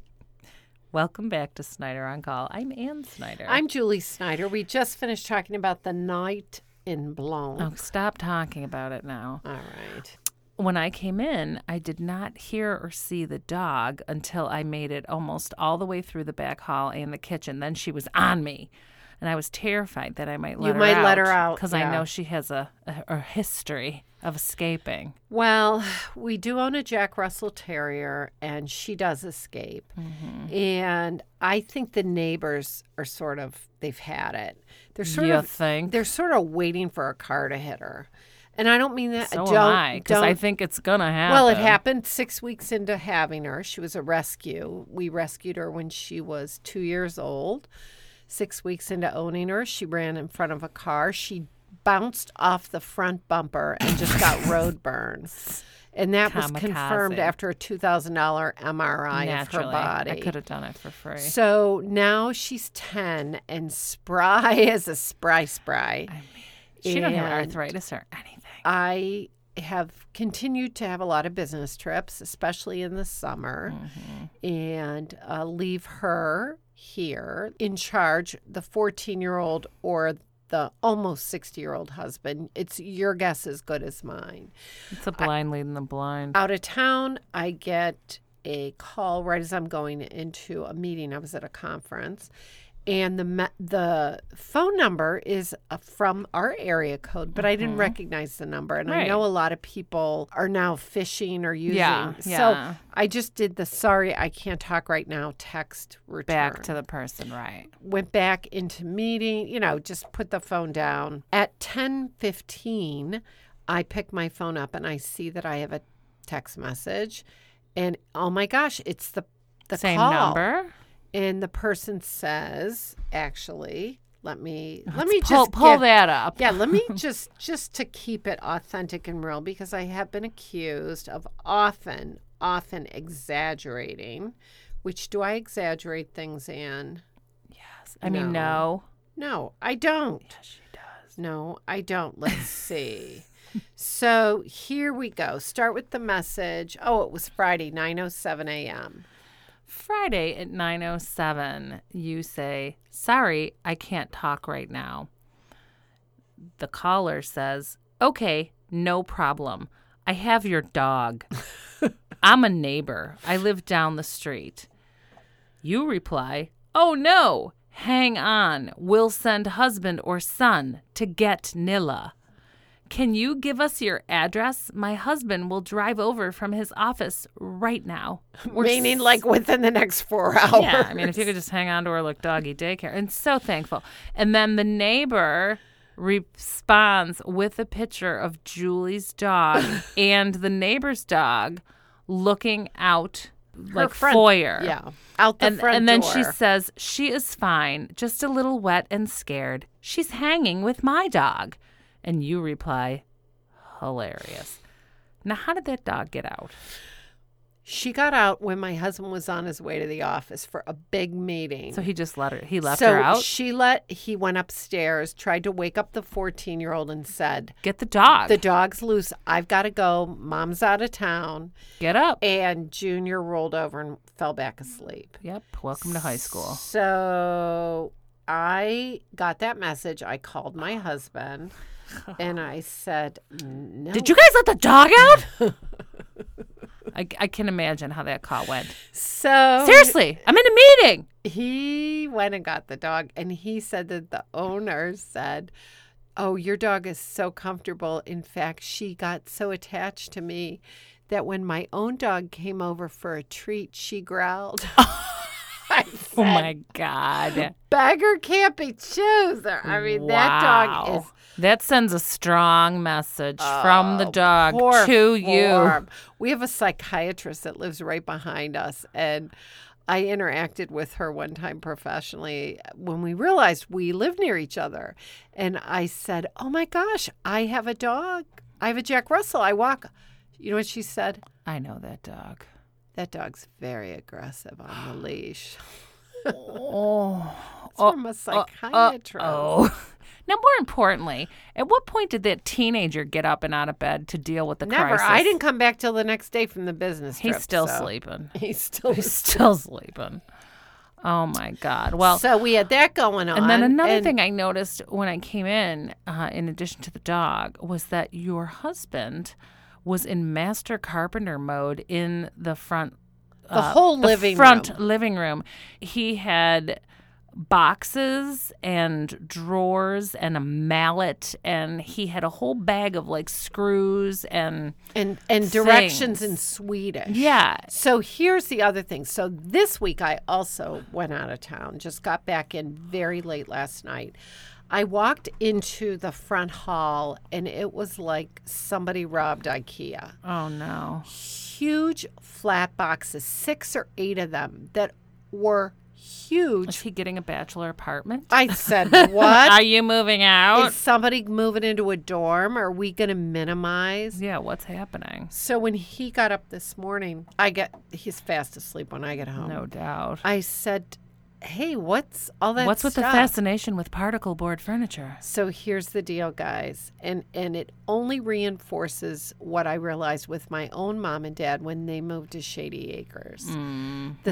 Welcome back to Snyder on Call. I'm Ann Snyder. I'm Julie Snyder. We just finished talking about the Night in Blanc. Oh, stop talking about it now. All right. When I came in, I did not hear or see the dog until I made it almost all the way through the back hall and the kitchen. Then she was on me. And I was terrified that I might let You her might out. let her out, Because yeah. I know she has a, a, a history of escaping. Well, we do own a Jack Russell Terrier, and she does escape. Mm-hmm. And I think the neighbors are sort of they've had it. They're sort You of think? they're sort of waiting for a car to hit her. And I don't mean that. So don't, am I, because I don't- think it's gonna happen. Well, it happened six weeks into having her. She was a rescue. We rescued her when she was two years old. Six weeks into owning her, she ran in front of a car. She bounced off the front bumper and *laughs* just got road burn. And that was confirmed Kamikaze. after a $2,000 MRI Naturally, of her body. I could have done it for free. So now she's 10 and spry *laughs* as a spry spry. she don't have and- arthritis or anything. I have continued to have a lot of business trips, especially in the summer, and uh, leave her here in charge, the 14 year old or the almost 60 year old husband. It's your guess as good as mine. It's a blind leading the blind. Out of town, I get a call right as I'm going into a meeting. I was at a conference. And the me- the phone number is uh, from our area code, but I didn't recognize the number. And I Mm-hmm. Right. know a lot of people are now phishing or using. Yeah, yeah. So I just did the sorry, I can't talk right now text return. Back to the person, right? Went back into meeting, you know, just put the phone down. At 10:15, I pick my phone up and I see that I have a text message and oh my gosh, it's the the Same call. number. And the person says, actually, let me let Let's me Oh, pull, just pull give- that up. *laughs* Yeah, let me just just to keep it authentic and real because I have been accused of often often exaggerating. Which do I exaggerate things in? I mean, no. No, I don't. She does. No, I *laughs* don't. Let's see. So here we go. Start with the message. Oh, it was Friday, 9:07 a.m. Friday at 9:07, you say, "Sorry, I can't talk right now." The caller says, "Okay, no problem. I have your dog. I'm a neighbor. I live down the street." You reply, "Oh no. Hang on. We'll send husband or son to get Nilla." Can you give us your address? My husband will drive over from his office right now. *laughs* We're Meaning like within the next 4 *laughs* hours. yeah, I mean, if you could just hang on to her like doggy daycare, and so thankful. And then the neighbor responds with a picture of Julie's *laughs* dog and the neighbor's dog looking out Her like front- foyer. Yeah. Out the And, front and then she door. says, She is fine, just a little wet and scared. She's hanging with my dog. And you reply, Hilarious. Now, how did that dog get out? She got out when my husband was on his way to the office for a big meeting. So he just let her. He left So her out. She let he went upstairs, tried to wake up the 14-year-old and said, Get the dog. "The dog's loose. I've got to go. Mom's out of town." Get up. And Junior rolled over and fell back asleep. Yep. Welcome to high school. So I got that message. I called my husband and I said, "No." Did you guys let the dog out? *laughs* I, I can imagine how that call went. So Seriously, I'm in a meeting. he went and got the dog and he said that the owner said oh your dog is so comfortable in fact she got so attached to me that when my own dog came over for a treat she growled *laughs* I Oh said, my god! beggar can't be chooser i mean that dog Wow. is Oh, That sends a strong message from the dog poor to you. form. We have a psychiatrist that lives right behind us, and I interacted with her one time professionally when we realized we live near each other. And I said, Oh my gosh, I have a dog. I have a Jack Russell. I walk. You know what she said? I know that dog. That dog's very aggressive *gasps* on the leash. *laughs* Oh. It's from a psychiatrist. Oh. *laughs* Now, more importantly, at what point did that teenager get up and out of bed to deal with the Never. crisis? I didn't come back till the next day from the business trip. He's still so- sleeping. *laughs* He's still He's *laughs* still sleeping. Oh my god! Well, So we had that going on. And then another and- thing I noticed when I came in, uh, in addition to the dog, was that your husband was in master carpenter mode in the front, The whole uh, the living front room. living room. He had boxes and drawers and a mallet, and he had a whole bag of like screws and and and directions things. in Swedish. yeah. So here's the other thing. So this week I also went out of town. Just got back in very late last night. I walked into the front hall and it was like somebody robbed IKEA. Oh no. Huge flat boxes, six or eight of them that were Is huge. he getting a bachelor apartment? I said, *laughs* "What? Are you moving out? Is somebody moving into a dorm? Are we going to minimize?" yeah, what's happening? So when he got up this morning, I get he's fast asleep when I get home. No doubt. I said, "Hey, what's all that?" What's with the stuff?" fascination with particle board furniture? So here's the deal, guys, and and it only reinforces what I realized with my own mom and dad when they moved to Shady Acres. The Mm-hmm.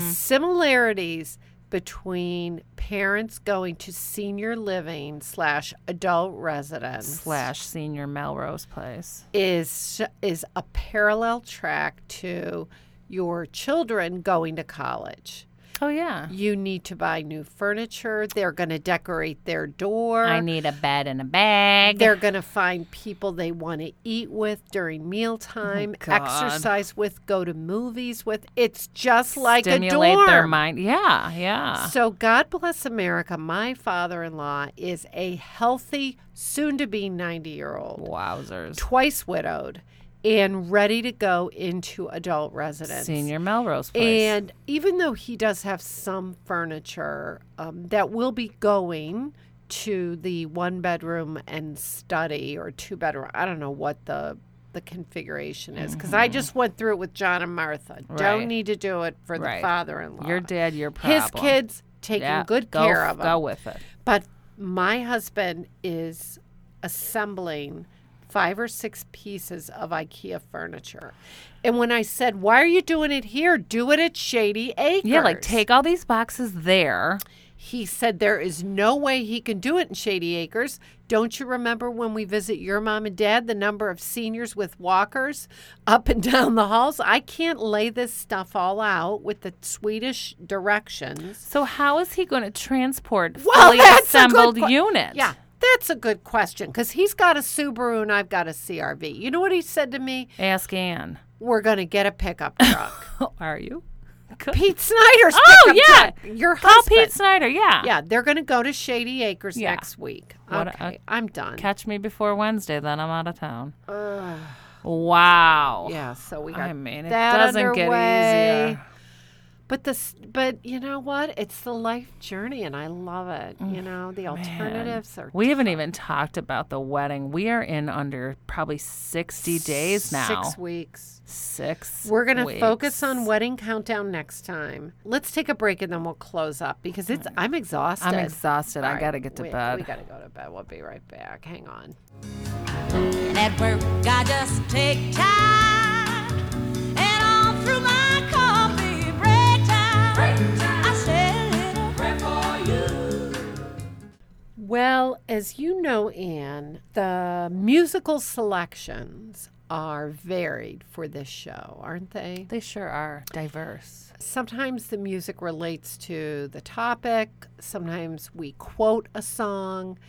similarities between parents going to senior living slash adult residence Slash senior Melrose place. is is a parallel track to your children going to college. Oh yeah. You need to buy new furniture. They're going to decorate their door. I need a bed and a bag. They're going to find people they want to eat with during mealtime, Oh, God. exercise with, go to movies with. It's just like Stimulate a dorm. their mind. Yeah, yeah. So God bless America. My father-in-law is a healthy, soon-to-be 90-year-old Wowzers. twice widowed and ready to go into adult residence. Senior Melrose place. And even though he does have some furniture um, that will be going to the one bedroom and study or two bedroom, I don't know what the the configuration is because I just went through it with John and Martha. Mm-hmm. Right. Don't need to do it for the Right. father-in-law. your dad, your problem. his kids taking Yeah, good go, care of him. Go with it. But my husband is assembling five or six pieces of IKEA furniture. And when I said, Why are you doing it here? Do it at Shady Acres. Yeah, like take all these boxes there. He said, There is no way he can do it in Shady Acres. Don't you remember when we visit your mom and dad, the number of seniors with walkers up and *laughs* down the halls? I can't lay this stuff all out with the Swedish directions. So how is he going to transport Well, fully that's a good assembled que- unit? Yeah, that's a good question because he's got a Subaru and I've got a CRV. You know what he said to me? Ask *laughs* Anne. We're going to get *laughs* a pickup truck. Are you? Good. Pete Snyder's Oh pickup yeah. truck. Your Call husband. Pete Snyder. Yeah. Yeah, they're going to go to Shady Acres Yeah. next week. What a- okay, i I'm done. Catch me before Wednesday, then I'm out of town. wow. yeah, so we got I mean, it that doesn't underway. get easier. But this, but you know what? It's the life journey, and I love it. You know, the alternatives are Mm. We haven't even talked about the wedding. We are in under probably 60 days now. Six weeks. Six. We're going to weeks. focus on wedding countdown next time. Let's take a break and then we'll close up because it's I'm exhausted. I'm exhausted. All I right, got to get to we- bed. We got to go to bed. We'll be right back. Hang on. And at work, I just take time. And on through my coffee break time, I say a little prayer for you. Well, as you know, Anne, the musical selections are varied for this show, aren't they? They sure are diverse. sometimes the music relates to the topic, sometimes we quote a song.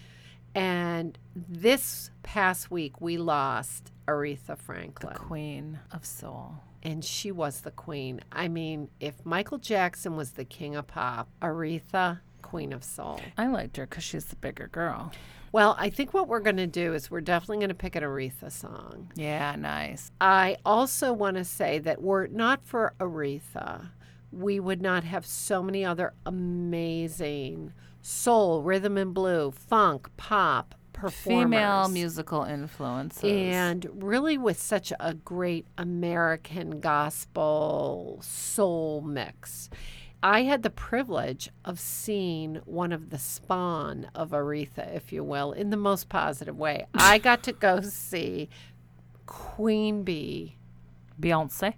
And this past week, we lost Aretha Franklin, Queen of Soul. and she was the queen. I mean, if Michael Jackson was the king of pop, Aretha, queen of soul. I liked her because she's the bigger girl. Well, I think what we're going to do is we're definitely going to pick an Aretha song. Yeah, nice. I also want to say that were it not for Aretha, we would not have so many other amazing soul, rhythm and blue, funk, pop performers. Female musical influences. And really with such a great American gospel soul mix. I had the privilege of seeing one of the spawn of Aretha, if you will, in the most *laughs* positive way. I got to go see Queen Bee Beyonce.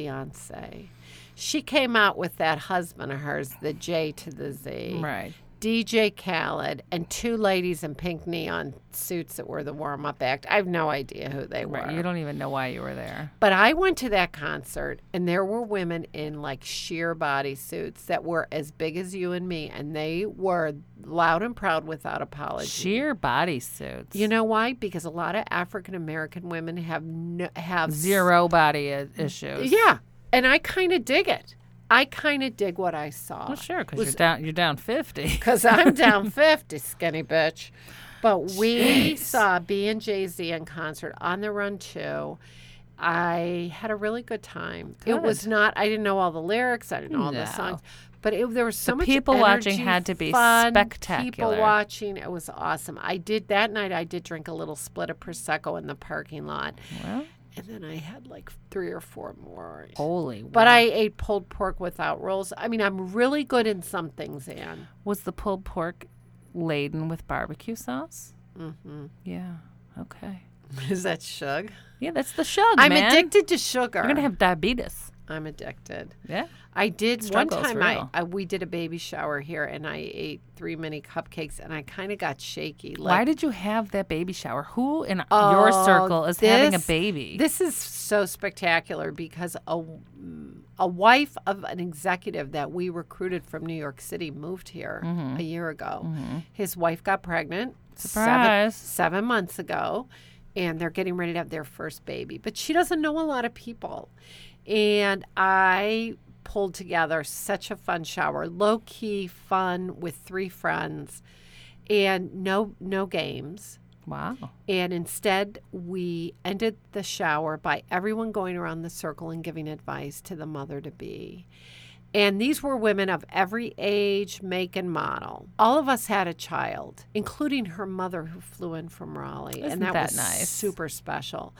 Beyonce. She came out with that husband of hers, the J to the Z. Right. DJ Khaled and two ladies in pink neon suits that were the warm up act. I have no idea who they were. Right. You don't even know why you were there. but I went to that concert and there were women in like sheer body suits that were as big as you and me and they were loud and proud without apology. Sheer bodysuits. you know why? Because a lot of African American women have no, have zero body i- issues. Yeah, and I kind of dig it. I kind of dig what I saw. Well, sure, because you're down. You're down *laughs* fifty. *laughs* Because I'm down 50, skinny bitch. But we saw B and Jay Z in concert on the run too. I had a really good time. It was not. I didn't know all the lyrics. I didn't know all the No. songs. But it, there was so much people watching energy, had to be fun, People spectacular. watching, it was awesome. I did that night. I did drink a little split of prosecco in the parking lot, Well, and then I had like three or four more. holy. But wow. I ate pulled pork without rolls. I mean, I'm really good in some things, Anne. was the pulled pork laden with barbecue sauce. hmm Yeah. Okay. *laughs* Is that sugar? Yeah, that's the shug, I'm man. addicted to sugar. You're gonna have diabetes. I'm addicted. Yeah. I did Struggle's one time. I, real. I we did a baby shower here, and I ate three mini cupcakes, and I kind of got shaky. Why did you have that baby shower? Who in your circle is having a Oh, this- baby? This is so spectacular because a a wife of an executive that we recruited from New York City moved here a year ago. His wife got pregnant seven, Surprise. seven months ago, and they're getting ready to have their first baby. But she doesn't know a lot of people, and I pulled together such a fun shower, low key fun with three friends, and no no games. wow. And instead, we ended the shower by everyone going around the circle and giving advice to the mother to be. And these were women of every age, make, and model. All of us had a child, including her mother who flew in from Raleigh. Isn't and that, that was nice? super special.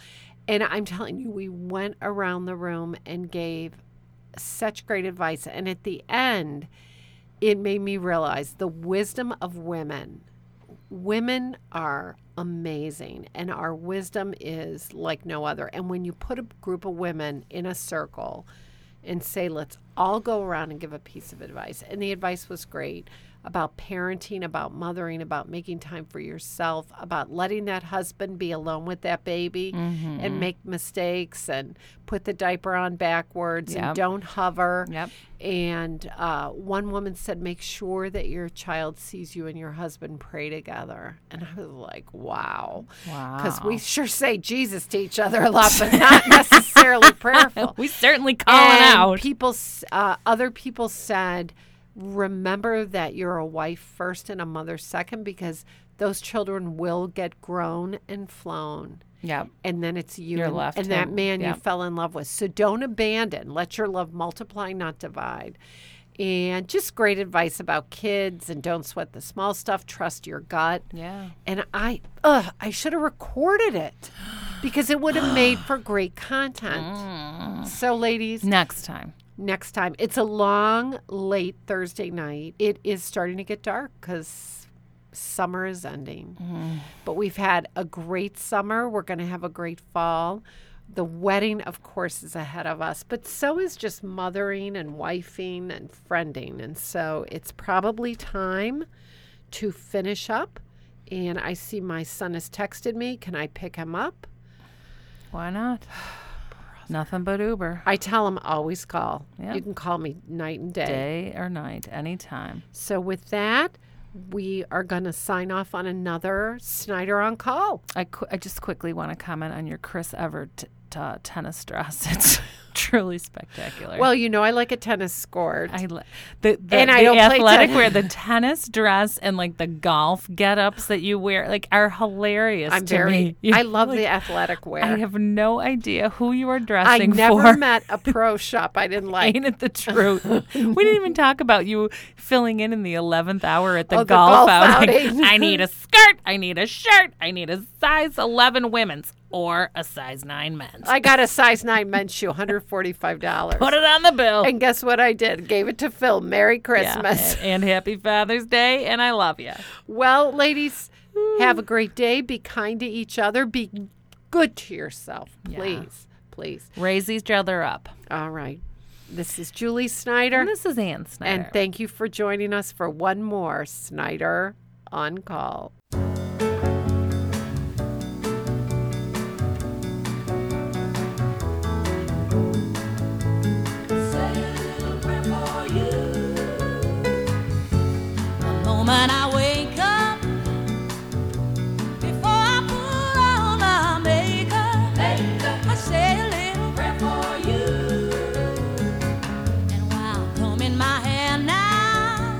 And I'm telling you, we went around the room and gave such great advice. And at the end, it made me realize the wisdom of women. Women are amazing, and our wisdom is like no other. And when you put a group of women in a circle and say, let's all go around and give a piece of advice, and the advice was great about parenting, about mothering, about making time for yourself, about letting that husband be alone with that baby and make mistakes and put the diaper on backwards Yep. and don't hover. Yep. And uh, one woman said, make sure that your child sees you and your husband pray together. And I was like, wow. Wow. Because we sure say Jesus to each other a lot, but not *laughs* necessarily prayerful. *laughs* we certainly calling And out. People, s- uh, other people said, remember that you're a wife first and a mother second because those children will get grown and flown Yep. and then it's you Your and, left and that hand, man yeah. you fell in love with. So don't abandon. Let your love multiply, not divide. And just great advice about kids and don't sweat the small stuff. Trust your gut. Yeah. And I, ugh, I should have recorded it because it would have made for great content. Mm. So, ladies, Next time. next time it's a long, late Thursday night. It is starting to get dark because summer is ending. But we've had a great summer. We're going to have a great fall. The wedding, of course, is ahead of us, but so is just mothering and wifing and friending. And so it's probably time to finish up. And I see my son has texted me. Can I pick him up? Why *sighs* not? *sighs* Nothing but Uber. I tell him always call. Yeah. You can call me night and Day or night, anytime. So with that, we are going to sign off on another Snyder on call. I, qu- I just quickly want to comment on your Chris Everett t- t- uh, tennis dress. *laughs* It's truly spectacular. Well, you know I like a tennis scored. I li- the, the, And the I don't play athletic tennis. wear, the tennis dress, and like the golf get-ups that you wear, like are hilarious I'm to very. me. You- I love like, the athletic wear. I have no idea who you are I dressing never for. met a pro shop I didn't *laughs* like. Ain't it the *laughs* truth? we didn't even talk about you filling in in the eleventh hour at the Oh, the golf, golf outing. *laughs* outing. I need a skirt. I need a shirt. I need a size eleven women's or a size nine men's. I got a size nine men's shoe, hundred forty-five dollars. Put it on the bill. And guess what I did? Gave it to Phil. Merry Yeah, Christmas. and, and happy Father's Day, and I love you. *laughs* Well, ladies, have a great day. Be kind to each other. Be good to yourself, please, please. Raise each other up. All right. This is Julie Snyder. And this is Ann Snyder. And thank you for joining us for one more Snyder on Call. The moment I wake up, before I put on my makeup, I say a little prayer for you. And while combing my hair now,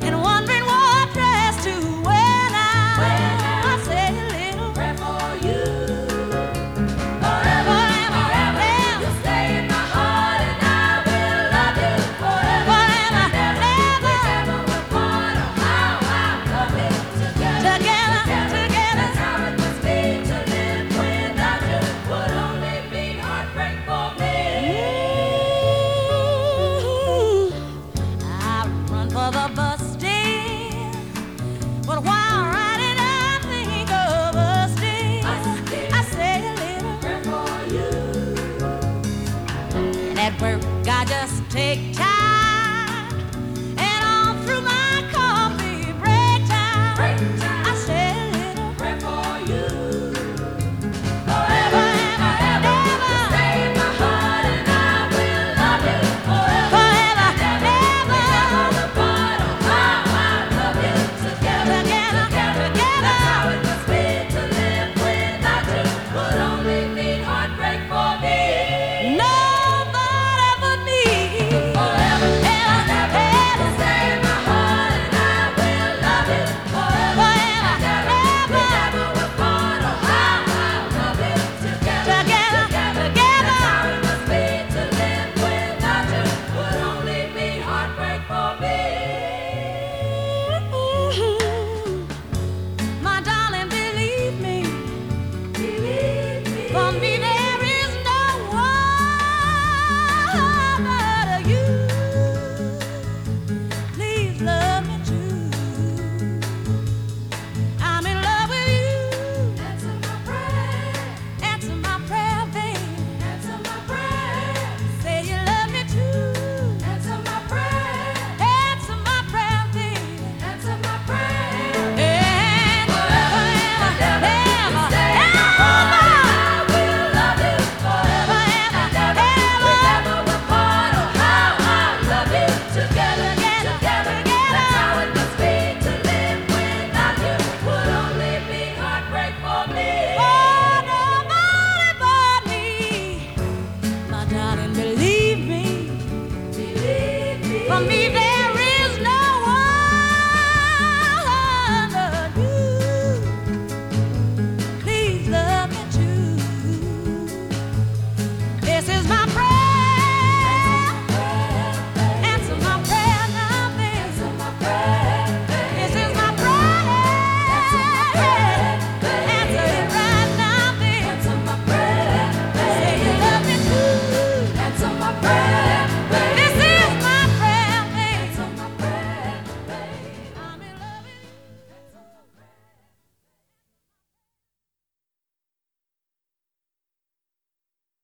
and wondering what dress to wear now, I say a little prayer for you. Forever am I there. You stay in my heart and I will love you forever. Forever never never will part or how I love you together. Together, how it must be to live without you would only be heartbreak for me. I run for the bus stand. But while riding, I think of us dear. I say a little prayer for you. And at work, I just take time. And all through my coffee break time, I say a little prayer for you. Forever and ever, you stay in my heart, and I will love you forever. Forever and ever, we apart. Oh, how I love you together, together, together. That's how it must be to live without you. Would only mean heartbreak for me. Nobody but me. Forever and ever, you stay in my heart, and I will love you forever. Forever and ever, we apart. Oh, how I love you together, together, together. That's how it must be to live without you. Would only mean heartbreak for me. Mm-hmm. My darling, believe me. Believe me. For me, there is no one but you. Please love me too. I'm in love with you. Answer my prayer. Answer my prayer, babe. Answer my prayer. Say you love me too. Answer my prayer. Answer my prayer, babe. Answer my prayer. And forever and ever, I will love you forever and ever. We never will part. Oh, how I love you together, together, together. That's how it must be to live without you. Would only be heartbreak for me. Oh, nobody but me. My darling, believe me. Believe me. For me, there